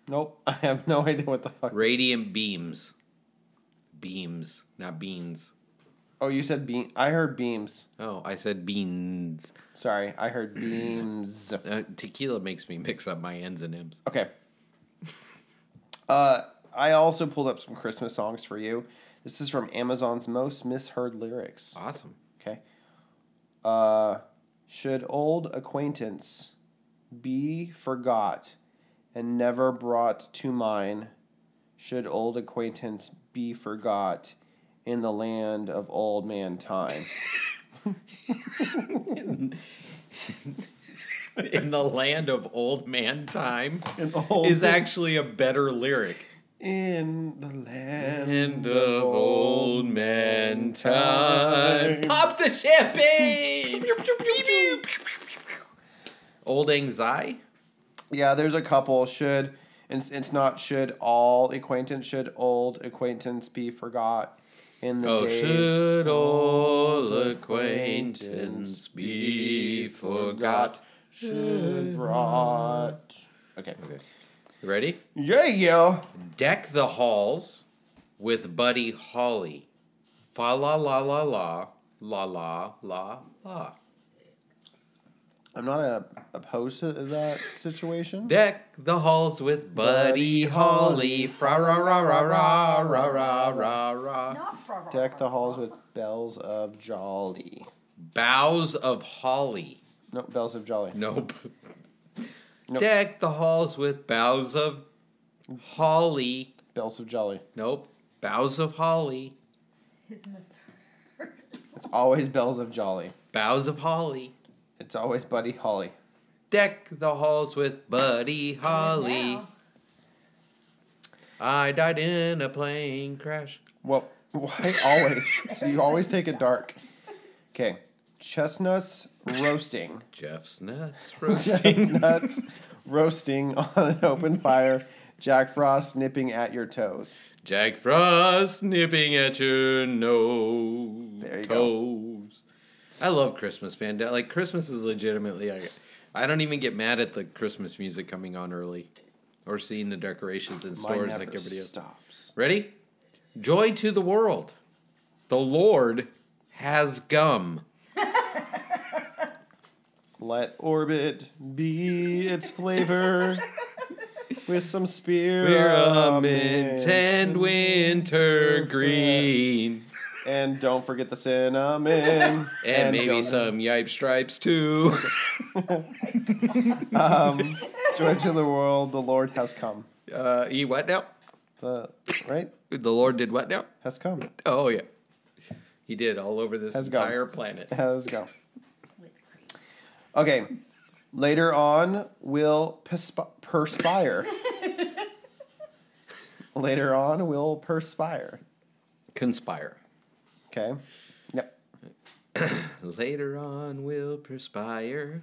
Speaker 2: Nope. [LAUGHS] I have no idea what the fuck.
Speaker 3: Radiant beams. Beams, not beans.
Speaker 2: Oh, you said beam. I heard beams.
Speaker 3: Oh, I said beans.
Speaker 2: Sorry, I heard beams.
Speaker 3: Uh, tequila makes me mix up my N's and M's.
Speaker 2: Okay. Uh, I also pulled up some Christmas songs for you. This is from Amazon's most misheard lyrics.
Speaker 3: Awesome.
Speaker 2: Okay. Uh, should old acquaintance be forgot and never brought to mine? Should old acquaintance be forgot in the land of old man time?
Speaker 3: [LAUGHS] In the land of old man time
Speaker 2: [LAUGHS] In old-
Speaker 3: is actually a better lyric.
Speaker 2: in the land,
Speaker 3: End of old man time. Pop the [LAUGHS] champagne. old anxiety.
Speaker 2: Yeah, there's a couple. Should it's, it's not should all acquaintance should old acquaintance be forgot in the
Speaker 3: Oh,
Speaker 2: days
Speaker 3: should all
Speaker 2: old
Speaker 3: acquaintance be forgot?
Speaker 2: should brought. Okay.
Speaker 3: Ready?
Speaker 2: Yeah, yeah.
Speaker 3: Deck the halls with Buddy Holly. Fa la la la la la la la la.
Speaker 2: I'm not uh opposed to that situation.
Speaker 3: Deck the halls with Buddy
Speaker 2: Buddy
Speaker 3: Holly. Fra ra ra ra ra ra ra ra ra.
Speaker 4: Not from
Speaker 2: Deck the halls with bells of jolly.
Speaker 3: Boughs of Holly.
Speaker 2: No, bells of jolly.
Speaker 3: Nope.
Speaker 2: Nope.
Speaker 3: Deck the halls with boughs of holly.
Speaker 2: Bells of jolly.
Speaker 3: Nope. Boughs of holly.
Speaker 4: His mother.
Speaker 2: It's always bells of jolly.
Speaker 3: Boughs of holly.
Speaker 2: It's always Buddy Holly.
Speaker 3: Deck the halls with Buddy Holly.
Speaker 4: Now.
Speaker 3: I died in a plane crash.
Speaker 2: Well, why [LAUGHS] always? so you always take it dark. Okay. Chestnuts roasting. [LAUGHS]
Speaker 3: Jeff's nuts [LAUGHS] roasting.
Speaker 2: Chestnuts roasting on an open fire. Jack Frost nipping at your toes.
Speaker 3: Jack Frost nipping at your nose.
Speaker 2: There you
Speaker 3: toes. I love Christmas, man. Like Christmas is legitimately. I, I don't even get mad at the Christmas music coming on early, or seeing the decorations in
Speaker 2: Mine
Speaker 3: stores
Speaker 2: never
Speaker 3: like everybody else.
Speaker 2: stops.
Speaker 3: Ready? Joy to the world. The Lord has gum.
Speaker 2: Let orbit be its
Speaker 3: [LAUGHS]
Speaker 2: flavor with some spearmint.
Speaker 3: Spearmint and winter green.
Speaker 2: And don't forget the cinnamon.
Speaker 3: And maybe
Speaker 2: don't-
Speaker 3: some yipe stripes [LAUGHS] too.
Speaker 2: Um, [LAUGHS] joy to the world, the Lord has come.
Speaker 3: Uh, eat what now?
Speaker 2: The, right?
Speaker 3: The Lord did what now?
Speaker 2: Has come.
Speaker 3: Oh yeah, he did all over this
Speaker 2: Has gone.
Speaker 3: entire
Speaker 2: [LAUGHS]
Speaker 3: planet.
Speaker 2: Has come.
Speaker 4: With Christmas.
Speaker 2: Okay. Later on, we'll persp- perspire. Later on, we'll perspire.
Speaker 3: Conspire.
Speaker 2: Okay. Yep.
Speaker 3: Later on, we'll perspire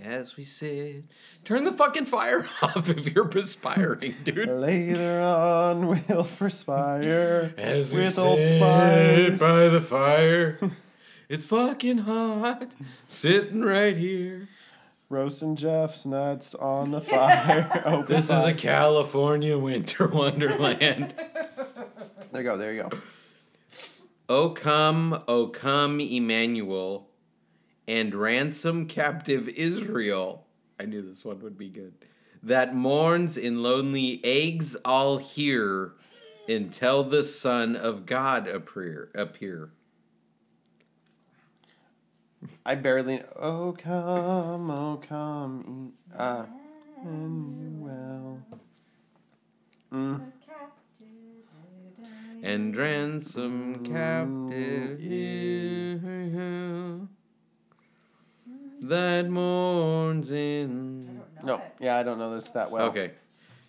Speaker 3: as we sit. Turn the fucking fire [LAUGHS] off if you're perspiring, dude.
Speaker 2: Later on, we'll perspire
Speaker 3: As we
Speaker 2: with old
Speaker 3: sit
Speaker 2: spice.
Speaker 3: by the fire. [LAUGHS] It's fucking hot, sitting right here.
Speaker 2: Roasting Jeff's nuts on the fire. Open
Speaker 3: This is
Speaker 2: fire.
Speaker 3: a California winter [LAUGHS] wonderland.
Speaker 2: There you go. There you go.
Speaker 3: O come, O come, Emmanuel, and ransom captive Israel. I knew this one would be good. That mourns in lonely eggs all here until the Son of God appear. appear.
Speaker 2: I barely. Oh come, oh come, E- ah, Emmanuel. Mm.
Speaker 3: And ransom captive Israel that mourns in.
Speaker 2: No, yeah, I don't know this that well.
Speaker 3: Okay.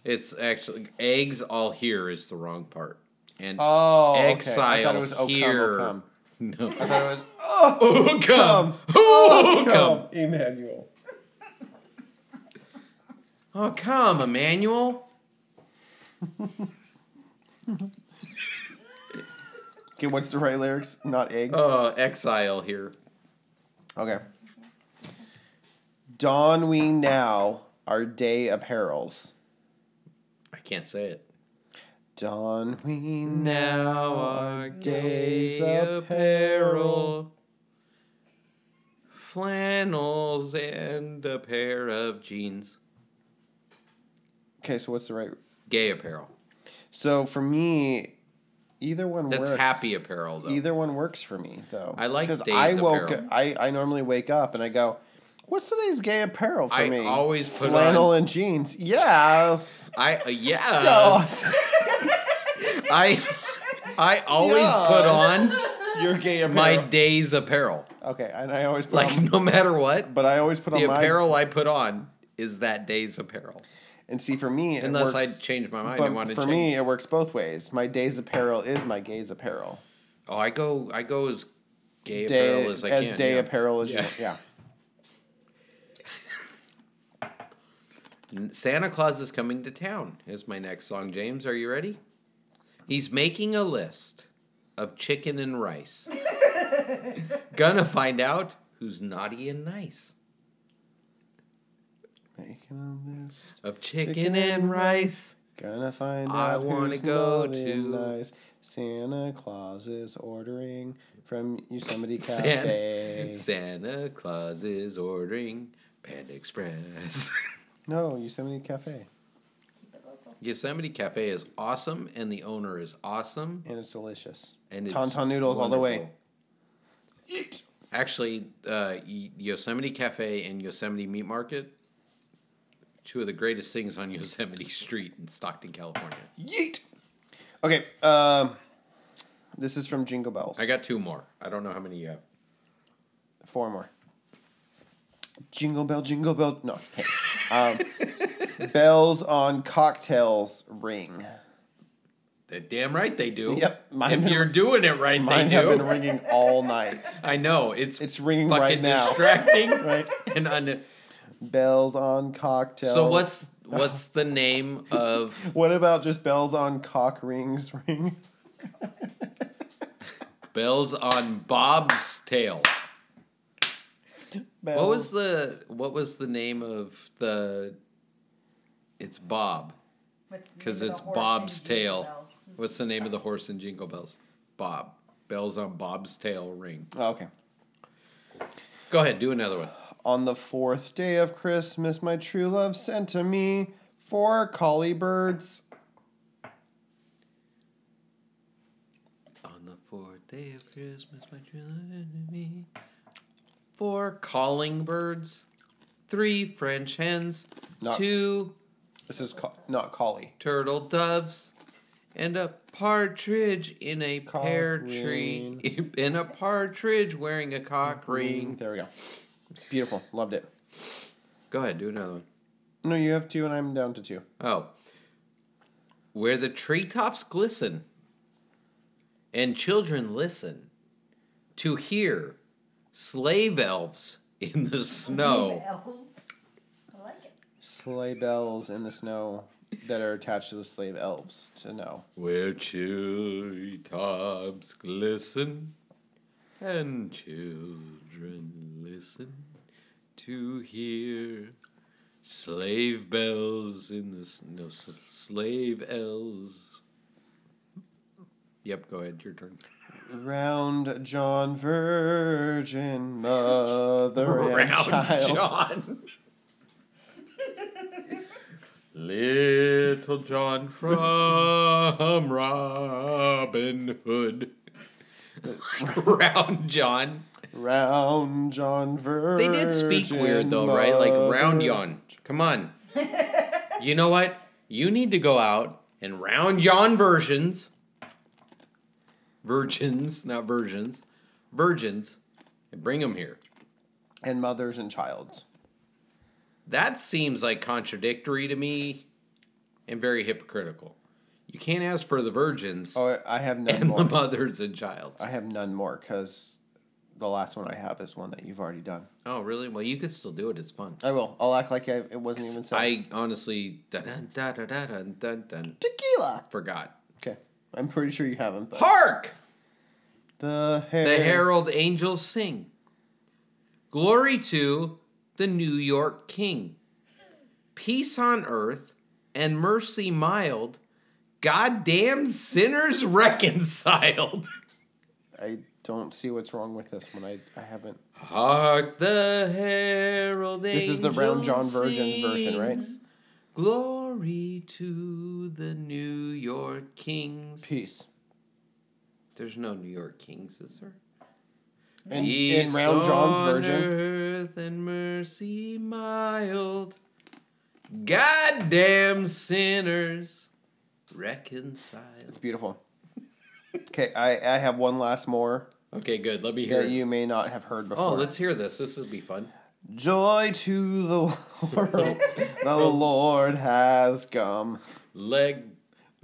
Speaker 3: It's actually eggs all here is the wrong part. And
Speaker 2: Oh, okay.
Speaker 3: exile
Speaker 2: I thought it was oh
Speaker 3: here.
Speaker 2: come,
Speaker 3: [LAUGHS] No. [LAUGHS]
Speaker 2: oh come. I thought it was
Speaker 3: Oh come.
Speaker 2: oh
Speaker 3: Oh come.
Speaker 2: come, Emmanuel.
Speaker 3: Oh come, Emmanuel.
Speaker 2: Okay, what's the right lyrics? Not eggs.
Speaker 3: Uh, exile here.
Speaker 2: Okay. Don we now our day apparels.
Speaker 3: I can't say it.
Speaker 2: Don we now our days apparel.
Speaker 3: apparel, flannels, and a pair of jeans.
Speaker 2: Okay, so what's the right?
Speaker 3: Gay apparel.
Speaker 2: So for me, either one
Speaker 3: That's
Speaker 2: works.
Speaker 3: happy apparel, though.
Speaker 2: Either one works for me though.
Speaker 3: I like
Speaker 2: because
Speaker 3: days
Speaker 2: I woke.
Speaker 3: apparel.
Speaker 2: I I normally wake up and I go, "What's today's gay apparel for
Speaker 3: I
Speaker 2: me?"
Speaker 3: always put
Speaker 2: flannel
Speaker 3: on.
Speaker 2: and jeans.
Speaker 3: [LAUGHS]
Speaker 2: Yes. [LAUGHS]
Speaker 3: I uh, yes.
Speaker 2: Yes.
Speaker 3: I I always put on
Speaker 2: You're gay apparel.
Speaker 3: my day's apparel.
Speaker 2: okay, and I always put
Speaker 3: Like
Speaker 2: on,
Speaker 3: no matter what,
Speaker 2: Um, but I always put on
Speaker 3: the
Speaker 2: my
Speaker 3: apparel I put on is that day's apparel.
Speaker 2: And see, for me, it
Speaker 3: Unless I
Speaker 2: works,
Speaker 3: change my mind
Speaker 2: but
Speaker 3: and want to
Speaker 2: for
Speaker 3: change.
Speaker 2: me, it works both ways. My day's apparel is my gay's apparel.
Speaker 3: oh, I go I go as gay
Speaker 2: Day,
Speaker 3: apparel as I can.
Speaker 2: day
Speaker 3: yeah.
Speaker 2: apparel as
Speaker 3: Yeah.
Speaker 2: you. Yeah.
Speaker 3: Santa Claus is coming to town is my next song. James, are you ready? He's making a list of chicken and rice. Gonna find out who's naughty and nice.
Speaker 2: Making a list.
Speaker 3: Of chicken, and rice.
Speaker 2: Gonna find
Speaker 3: I
Speaker 2: out.
Speaker 3: wanna
Speaker 2: who's
Speaker 3: go
Speaker 2: naughty and
Speaker 3: to-
Speaker 2: Nice. Santa Claus is ordering from Yosemite
Speaker 3: Santa-
Speaker 2: Cafe.
Speaker 3: Santa Claus is ordering Panda Express. [LAUGHS]
Speaker 2: No, Yosemite Cafe.
Speaker 3: Yosemite Cafe is awesome, and the owner is awesome.
Speaker 2: And it's delicious.
Speaker 3: And it's
Speaker 2: Tauntaun noodles all the way.
Speaker 3: wonderful. Actually, uh, Y- Yosemite Cafe and Yosemite Meat Market, two of the greatest things on [LAUGHS] Yosemite Street in Stockton, California.
Speaker 2: Yeet! Okay, um, this is from Jingle Bells.
Speaker 3: I got two more. I don't know how many you have.
Speaker 2: Four more. Jingle bell, jingle bell.
Speaker 3: [LAUGHS]
Speaker 2: No. okay. Um, bells on cocktails ring.
Speaker 3: They're damn right they do.
Speaker 2: Yep, mine
Speaker 3: if
Speaker 2: have- [LAUGHS]
Speaker 3: you're doing it right,
Speaker 2: Mine
Speaker 3: they
Speaker 2: have
Speaker 3: do.
Speaker 2: been ringing all night.
Speaker 3: I know it's
Speaker 2: It's ringing
Speaker 3: fucking
Speaker 2: right now.
Speaker 3: distracting.
Speaker 2: [LAUGHS] Right.
Speaker 3: And un-
Speaker 2: Bells on cocktails.
Speaker 3: so what's what's the name of
Speaker 2: What about just bells on cock rings [LAUGHS] ring?
Speaker 3: bells on Bob's tail?
Speaker 2: Bells.
Speaker 3: What was the what was the name of the? It's Bob because it's Bob's tail. What's the name of the horse in Jingle Bells? Bob. Bells on Bob's tail ring.
Speaker 2: Oh, okay.
Speaker 3: Go ahead, do another one.
Speaker 2: On the fourth day of Christmas, my true love sent to me four collie birds.
Speaker 3: On the fourth day of Christmas, my true love sent me four calling birds, three French hens,
Speaker 2: Not-
Speaker 3: two
Speaker 2: This is co- not collie.
Speaker 3: turtle doves, and a partridge in a
Speaker 2: Cock
Speaker 3: [LAUGHS] pear tree. In a partridge wearing a cock ring.
Speaker 2: There we go. Beautiful. Loved it.
Speaker 3: Go ahead, do another one.
Speaker 2: No, you have two, and I'm down to two.
Speaker 3: Oh. Where the treetops glisten and children listen to hear slave elves in the snow.
Speaker 4: Elves. I like it.
Speaker 2: Sleigh bells in the snow that are attached to the slave elves to know.
Speaker 3: Where treetops glisten and children listen to hear slave bells in the snow. S- slave elves. Yep, go ahead, your turn.
Speaker 2: Round John Virgin,
Speaker 3: [LAUGHS]
Speaker 2: mother and child.
Speaker 3: John. [LAUGHS] Little John from Robin Hood. [LAUGHS] round John.
Speaker 2: Round John
Speaker 3: They
Speaker 2: Virgin.
Speaker 3: did speak weird though, right? Like round yon. Come on. you know what? You need to go out and round yon versions. Virgins, not versions. Virgins. And bring them here.
Speaker 2: And mothers and childs.
Speaker 3: That seems like contradictory to me and very hypocritical. You can't ask for the virgins
Speaker 2: Oh, I- I have none
Speaker 3: and
Speaker 2: more.
Speaker 3: the mothers and childs.
Speaker 2: I have none more because the last one I have is one that you've already done.
Speaker 3: Oh, really? Well, you could still do it. It's fun.
Speaker 2: I will. I'll act like I, it wasn't even said.
Speaker 3: I honestly dun, dun, dun, dun, dun, dun, dun, dun,
Speaker 2: Tequila.
Speaker 3: forgot.
Speaker 2: Okay. I'm pretty sure you haven't. But
Speaker 3: Hark!
Speaker 2: the hair.
Speaker 3: The herald angels sing. Glory to the New York King. Peace on earth and mercy mild. Goddamn sinners [LAUGHS] reconciled.
Speaker 2: I don't see what's wrong with this one. I, I haven't.
Speaker 3: Hark the herald
Speaker 2: This is the Round John
Speaker 3: angels
Speaker 2: Virgin version, right?
Speaker 3: sings. Glory to the New York Kings.
Speaker 2: Peace.
Speaker 3: There's no New York Kings, is there?
Speaker 2: And in
Speaker 3: Peace
Speaker 2: Round John's
Speaker 3: on
Speaker 2: version.
Speaker 3: Earth and mercy mild. Goddamn sinners
Speaker 2: It's
Speaker 3: reconciled.
Speaker 2: beautiful. Okay, I, I have one last more
Speaker 3: Okay, good. Let me hear
Speaker 2: that
Speaker 3: it.
Speaker 2: you may not have heard before.
Speaker 3: Oh, let's hear this. This will be fun.
Speaker 2: Joy to the [LAUGHS] world, the Lord has come.
Speaker 3: Leg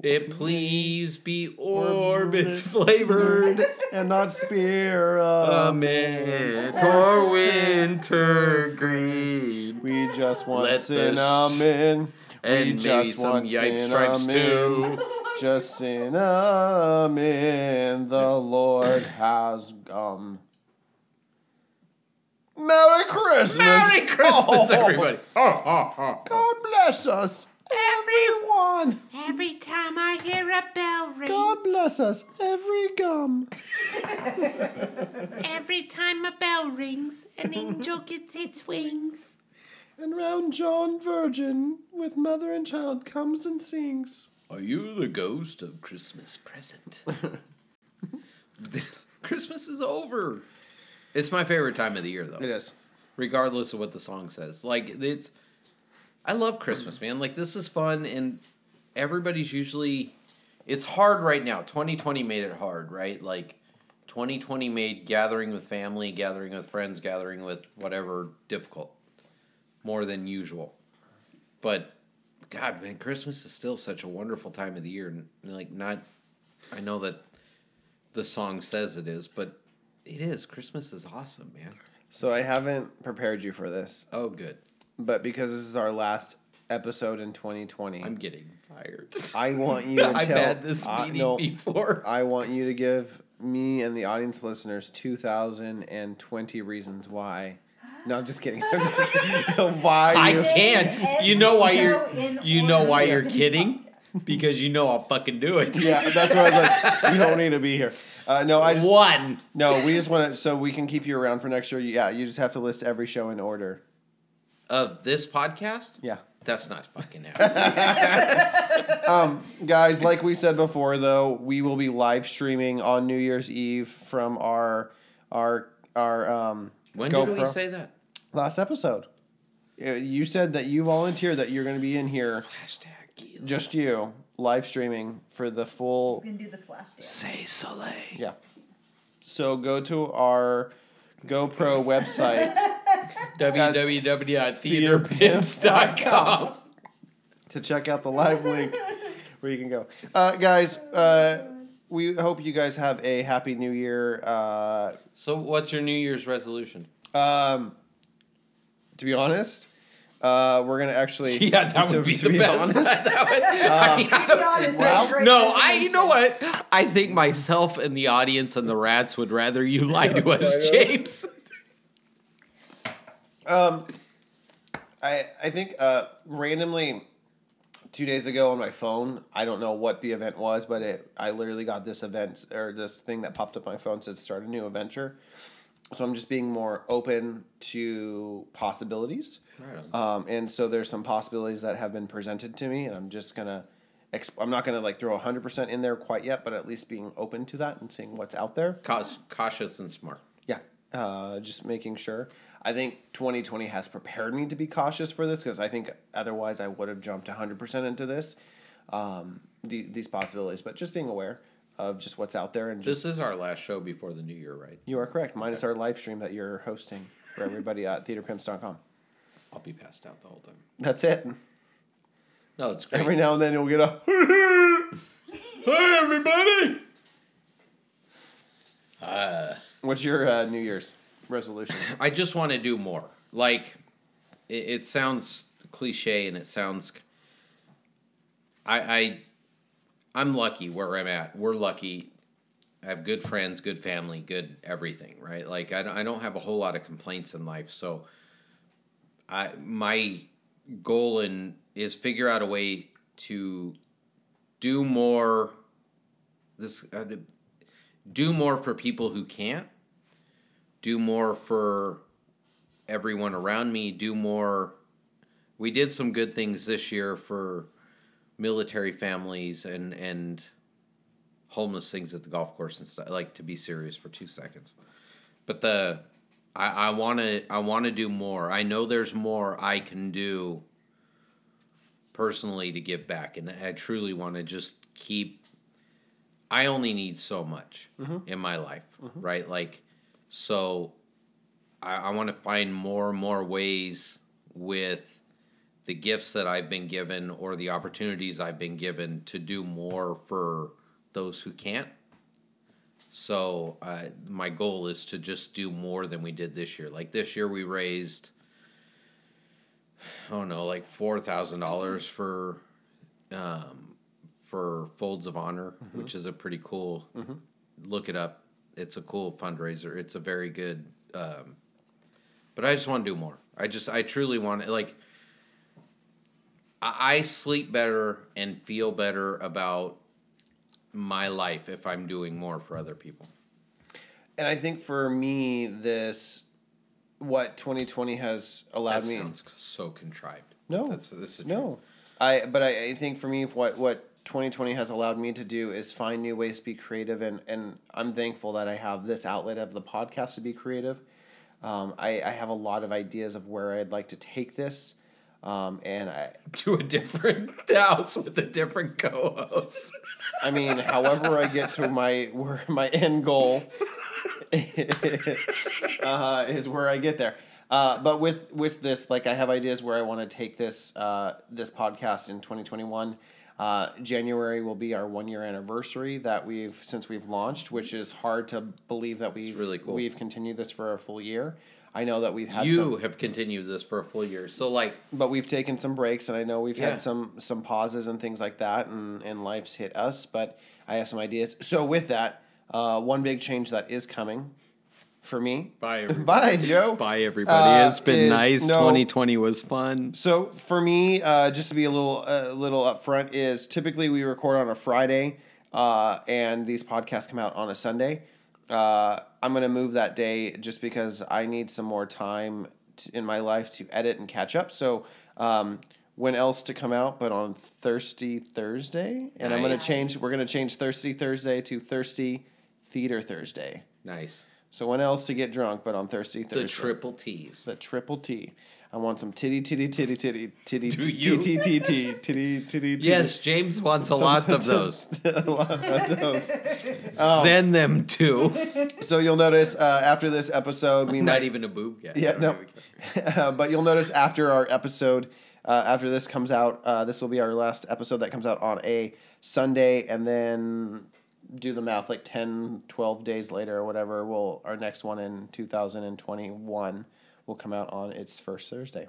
Speaker 3: it please be orbits flavored
Speaker 2: [LAUGHS] And not spear of
Speaker 3: amid or winter green.
Speaker 2: We just want
Speaker 3: Let the
Speaker 2: cinnamon. we
Speaker 3: And maybe
Speaker 2: just
Speaker 3: some
Speaker 2: want
Speaker 3: yipe stripes
Speaker 2: [LAUGHS] cinnamon.
Speaker 3: too.
Speaker 2: Just cinnamon. The Lord has come. Merry Christmas!
Speaker 3: Merry Christmas,
Speaker 2: Oh,
Speaker 3: everybody.
Speaker 2: God bless us, everyone.
Speaker 5: Every time I hear a bell ring,
Speaker 2: God bless us, every gum.
Speaker 5: every time a bell rings, an angel gets its wings.
Speaker 2: And round John Virgin with mother and child comes and sings.
Speaker 3: Are you the ghost of
Speaker 2: [LAUGHS]
Speaker 3: Christmas present? [LAUGHS] Christmas is over. It's my favorite time of the year, though.
Speaker 2: It is.
Speaker 3: regardless of what the song says. Like it's I love Christmas, man. Like this is fun and everybody's usually it's hard right now. 2020 made it hard, right? Like 2020 made gathering with family, gathering with friends, gathering with whatever difficult more than usual. But god, man, Christmas is still such a wonderful time of the year and like not I know that the song says it is, but it is. Christmas is awesome, man.
Speaker 2: So I haven't prepared you for this,
Speaker 3: Oh, good.
Speaker 2: but because this is our last episode in 2020,
Speaker 3: I'm getting fired. [LAUGHS]
Speaker 2: I want [LAUGHS] you to tell.
Speaker 3: I've had this
Speaker 2: I-
Speaker 3: meeting
Speaker 2: no,
Speaker 3: before.
Speaker 2: I want you to give me and the audience listeners 2,020 reasons why. No, I'm just kidding. [LAUGHS] I'm just kidding. [LAUGHS] why
Speaker 3: I
Speaker 2: you-
Speaker 3: can.
Speaker 4: And
Speaker 3: You know why
Speaker 4: go in
Speaker 3: you're. You know why
Speaker 4: order. [LAUGHS]
Speaker 2: [LAUGHS]
Speaker 3: you're kidding? Because you know I'll fucking do it.
Speaker 2: Yeah, that's what I was like. You don't need to be here. Uh, no, I just
Speaker 3: One.
Speaker 2: no. We just want to so we can keep you around for next year. Yeah, you just have to list every show in order.
Speaker 3: Of this podcast?
Speaker 2: Yeah.
Speaker 3: That's not
Speaker 2: [LAUGHS]
Speaker 3: fucking happening.
Speaker 2: Um, guys, like we said before, though, we will be live streaming on New Year's Eve from our our our um.
Speaker 3: When did we
Speaker 2: GoPro.
Speaker 3: say that?
Speaker 2: last episode? Uh, You said that you volunteered that you're going to be in here,
Speaker 3: Hashtag Gila.
Speaker 2: just you, live streaming for the full.
Speaker 4: You can do the flash dance.
Speaker 3: Say Soleil.
Speaker 2: [LAUGHS] Yeah. So go to our GoPro website
Speaker 3: www.theaterpimps.com.
Speaker 2: to check out the live link where you can go. Uh, guys, uh, we hope you guys have a happy new year. Uh,
Speaker 3: So, what's your New Year's resolution?
Speaker 2: um, to be honest, uh, we're gonna actually
Speaker 3: [LAUGHS] Yeah, that
Speaker 2: to-
Speaker 3: would be
Speaker 2: to
Speaker 3: the best.
Speaker 2: honest,
Speaker 3: [LAUGHS] That would- I mean, I
Speaker 4: To be
Speaker 3: don't-
Speaker 4: honest,
Speaker 2: Well,
Speaker 4: that's a great
Speaker 3: no, I. You know
Speaker 4: resolution.
Speaker 3: what? I think myself and the audience and the rats would rather you lie to us, [LAUGHS] James.
Speaker 2: Um, I I think uh, randomly two days ago on my phone, I don't know what the event was, but it I literally got this event or this thing that popped up on my phone said start a new adventure. So I'm just being more open to possibilities.
Speaker 3: Uh,
Speaker 2: Um, and so there's some possibilities that have been presented to me, and I'm just gonna. Exp- I'm not gonna like throw 100% in there quite yet, but at least being open to that and seeing what's out there.
Speaker 3: Caus- cautious and smart.
Speaker 2: Yeah, uh, just making sure. I think 2020 has prepared me to be cautious for this because I think otherwise I would have jumped 100% into this, um, the, these possibilities. But just being aware of just what's out there and just
Speaker 3: This is our last show before the new year, right?
Speaker 2: you are correct. Minus our live stream that you're hosting for everybody at theaterpimps.com.
Speaker 3: I'll be passed out the whole time.
Speaker 2: That's it.
Speaker 3: No, it's great.
Speaker 2: Every now and then you'll get a
Speaker 3: hey, everybody!
Speaker 2: what's your uh, New Year's resolution?
Speaker 3: I just want to do more. Like, it, it sounds cliche and it sounds. I, I, I'm lucky where I'm at. We're lucky. I have good friends, good family, good everything. Right? Like, I don't, I don't have a whole lot of complaints in life. So, I my goal in is figure out a way to do more. This uh, do more for people who can't do more for everyone around me, do more. We did some good things this year for military families and and homeless things at the golf course and stuff. Like to be serious for two seconds, but the I, I want to I want to do more. I know there's more I can do personally to give back, and I truly want to just keep. I only need so much in my life, right? Like so I, I want to find more and more ways with the gifts that I've been given or the opportunities I've been given to do more for those who can't. So uh, my goal is to just do more than we did this year. Like this year, we raised, I don't know, like four thousand dollars for, um, for Folds of Honor, which is a pretty cool. Look it up. It's a cool fundraiser. It's a very good. Um, but I just want to do more. I just I truly want to like. I I sleep better and feel better about my life if I'm doing more for other people.
Speaker 2: And I think for me, this what 2020 has allowed
Speaker 3: That
Speaker 2: me.
Speaker 3: sounds so contrived.
Speaker 2: No,
Speaker 3: that's this is
Speaker 2: no. I but I, I think for me, what what 2020 has allowed me to do is find new ways to be creative, and and I'm thankful that I have this outlet of the podcast to be creative. Um, I, I have a lot of ideas of where I'd like to take this, um, and I
Speaker 3: [LAUGHS] to a different [LAUGHS] house with a different co-host.
Speaker 2: I mean, however I get to my where my end goal [LAUGHS] uh, is where I get there. Uh, but with with this, like I have ideas where I want to take this uh, this podcast in 2021. Uh, January will be our one year anniversary that we've since we've launched, which is hard to believe that we've
Speaker 3: really cool.
Speaker 2: we've continued this for a full year. I know that we've had
Speaker 3: you
Speaker 2: some,
Speaker 3: have continued this for a full year, so like
Speaker 2: but we've taken some breaks and I know we've
Speaker 3: Yeah.
Speaker 2: had some some pauses and things like that and and life's hit us but I have some ideas so with that uh, one big change that is coming for me [LAUGHS]
Speaker 3: Bye, everybody.
Speaker 2: bye Joe
Speaker 3: Bye, everybody.
Speaker 2: Uh,
Speaker 3: it's been
Speaker 2: is-
Speaker 3: nice.
Speaker 2: no.
Speaker 3: 2020 was fun.
Speaker 2: so for me, uh, just to be a little a little upfront, is typically we record on a Friday, uh, and these podcasts come out on a Sunday. Uh, I'm gonna move that day just because I need some more time t in my life to edit and catch up. So um, when else to come out? But on Thirsty Thursday, and I'm gonna
Speaker 3: Nice.
Speaker 2: change. We're gonna change Thirsty Thursday to Thirsty Theater Thursday.
Speaker 3: Nice.
Speaker 2: So when else to get drunk? But on Thursty Thursday.
Speaker 3: The triple T's.
Speaker 2: The triple T. I want some titty, titty, titty, titty, titty,
Speaker 3: Do
Speaker 2: titty,
Speaker 3: you?
Speaker 2: titty, titty, titty, titty, titty.
Speaker 3: Yes, James wants a lot of
Speaker 2: Oh.
Speaker 3: those.
Speaker 2: [LAUGHS] I love those.
Speaker 3: Send them to.
Speaker 2: [LAUGHS] So you'll notice uh, after this episode, we
Speaker 3: Not
Speaker 2: might
Speaker 3: even a boob gap.
Speaker 2: Yeah, no. [LAUGHS] Uh, but you'll notice after our episode, uh, after this comes out, uh, this will be our last episode that comes out on a Sunday, and then do the math like 10, 12 days later or whatever. We'll our next one in 2021 will come out on its first Thursday,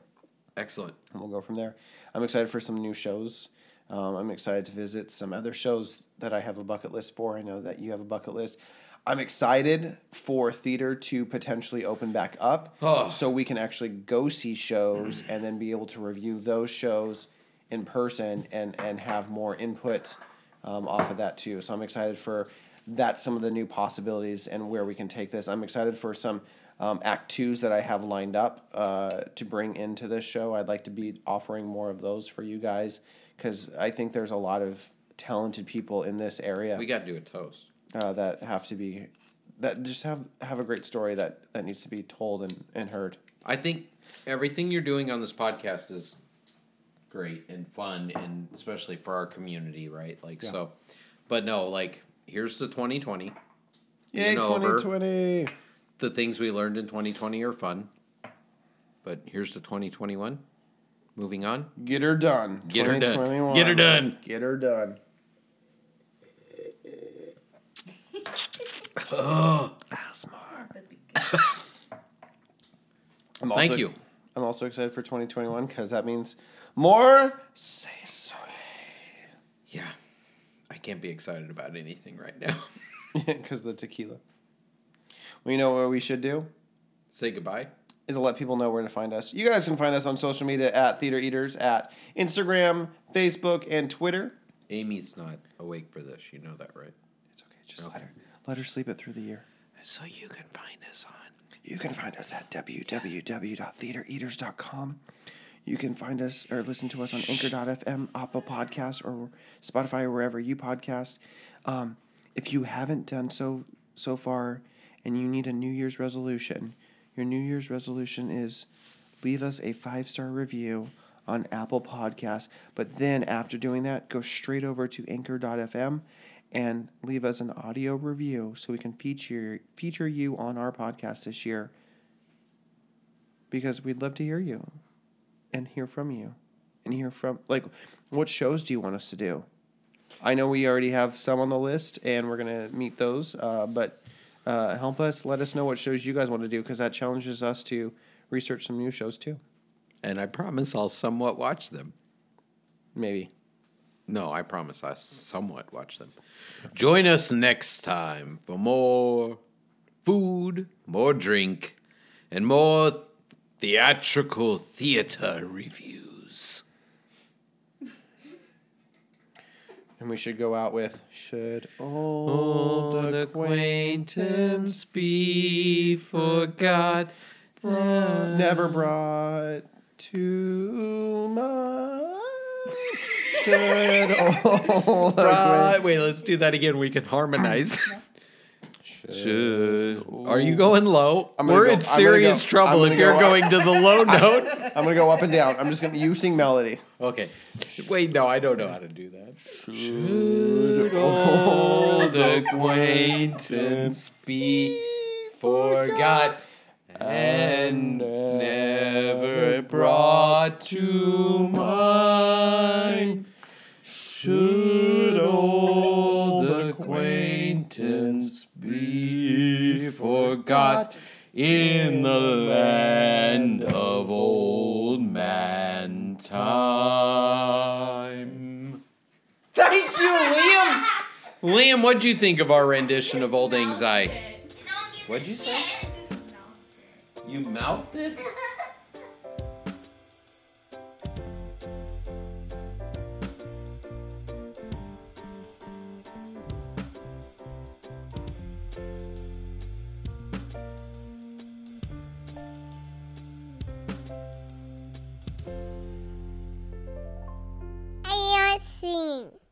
Speaker 3: Excellent.
Speaker 2: and we'll go from there. I'm excited for some new shows. Um, I'm excited to visit some other shows that I have a bucket list for. I know that you have a bucket list. I'm excited for theater to potentially open back up
Speaker 3: Oh.
Speaker 2: so we can actually go see shows and then be able to review those shows in person and, and have more input um, off of that too. So I'm excited for that, some of the new possibilities and where we can take this. I'm excited for some um, act twos that I have lined up uh, to bring into this show. I'd like to be offering more of those for you guys because I think there's a lot of talented people in this area
Speaker 3: We got to do a toast.
Speaker 2: uh, that have to be that just have have a great story that that needs to be told and, and heard.
Speaker 3: I think everything you're doing on this podcast is great and fun, and especially for our community, right? Like, so, but no, like, here's the 2020.
Speaker 2: Yay,
Speaker 3: Being
Speaker 2: twenty
Speaker 3: over.
Speaker 2: twenty.
Speaker 3: The things we learned in 2020 are fun, but here's the 2021. Moving on.
Speaker 2: Get her done.
Speaker 3: Get her done.
Speaker 2: 2021.
Speaker 3: Get her done.
Speaker 2: Get her done.
Speaker 4: That'd be good.
Speaker 2: I'm
Speaker 3: Thank
Speaker 2: also-
Speaker 3: you.
Speaker 2: I'm also excited for 2021 because that means more say [LAUGHS]
Speaker 3: Yeah. I can't be excited about anything right now. [LAUGHS]
Speaker 2: because the tequila. Well, you know what we should do
Speaker 3: Say goodbye.
Speaker 2: is to let people know where to find us. You guys can find us on social media at Theater Eaters at Instagram, Facebook, and Twitter.
Speaker 3: Amy's not awake for this. You know that, right?
Speaker 2: It's okay. Just let her let her sleep it through the year.
Speaker 3: So you can find us on
Speaker 2: You can find us at www.theatereaters.com. You can find us or listen to us on anchor.fm, Apple Podcasts, or Spotify, or wherever you podcast. Um, if you haven't done so so far and you need a New Year's resolution, your New Year's resolution is leave us a five star review on Apple Podcasts. But then after doing that, go straight over to anchor.fm and leave us an audio review so we can feature feature you on our podcast this year because we'd love to hear you and hear from you and hear from like what shows do you want us to do i know we already have some on the list and we're going to meet those uh, but uh, help us let us know what shows you guys want to do because that challenges us to research some new shows too
Speaker 3: and I promise I'll somewhat watch them.
Speaker 2: maybe
Speaker 3: No, I promise I somewhat watch them. Join us next time for more food, more drink, and more theatrical theater reviews.
Speaker 2: and we should go out with should old, acquaintance
Speaker 3: be forgot.
Speaker 2: never brought to my should old
Speaker 3: Right, wait, let's do that again. We can harmonize. Should. Are you going low?
Speaker 2: I'm gonna
Speaker 3: We're
Speaker 2: go- I'm
Speaker 3: in
Speaker 2: gonna
Speaker 3: serious
Speaker 2: go- I'm
Speaker 3: trouble
Speaker 2: gonna
Speaker 3: if you're
Speaker 2: go up.
Speaker 3: going to the [LAUGHS] low note.
Speaker 2: I'm gonna go up and down. I'm just gonna you sing melody.
Speaker 3: Okay. Wait, no, I don't know how to do that.
Speaker 2: Should
Speaker 3: old acquaintance be forgot and never brought to mind? Should old acquaintance be forgot in the land of old man time? Thank you, Liam. Liam, what'd you think of our rendition of Old Anxiety? What'd you say? You mouthed it?
Speaker 1: I am singing.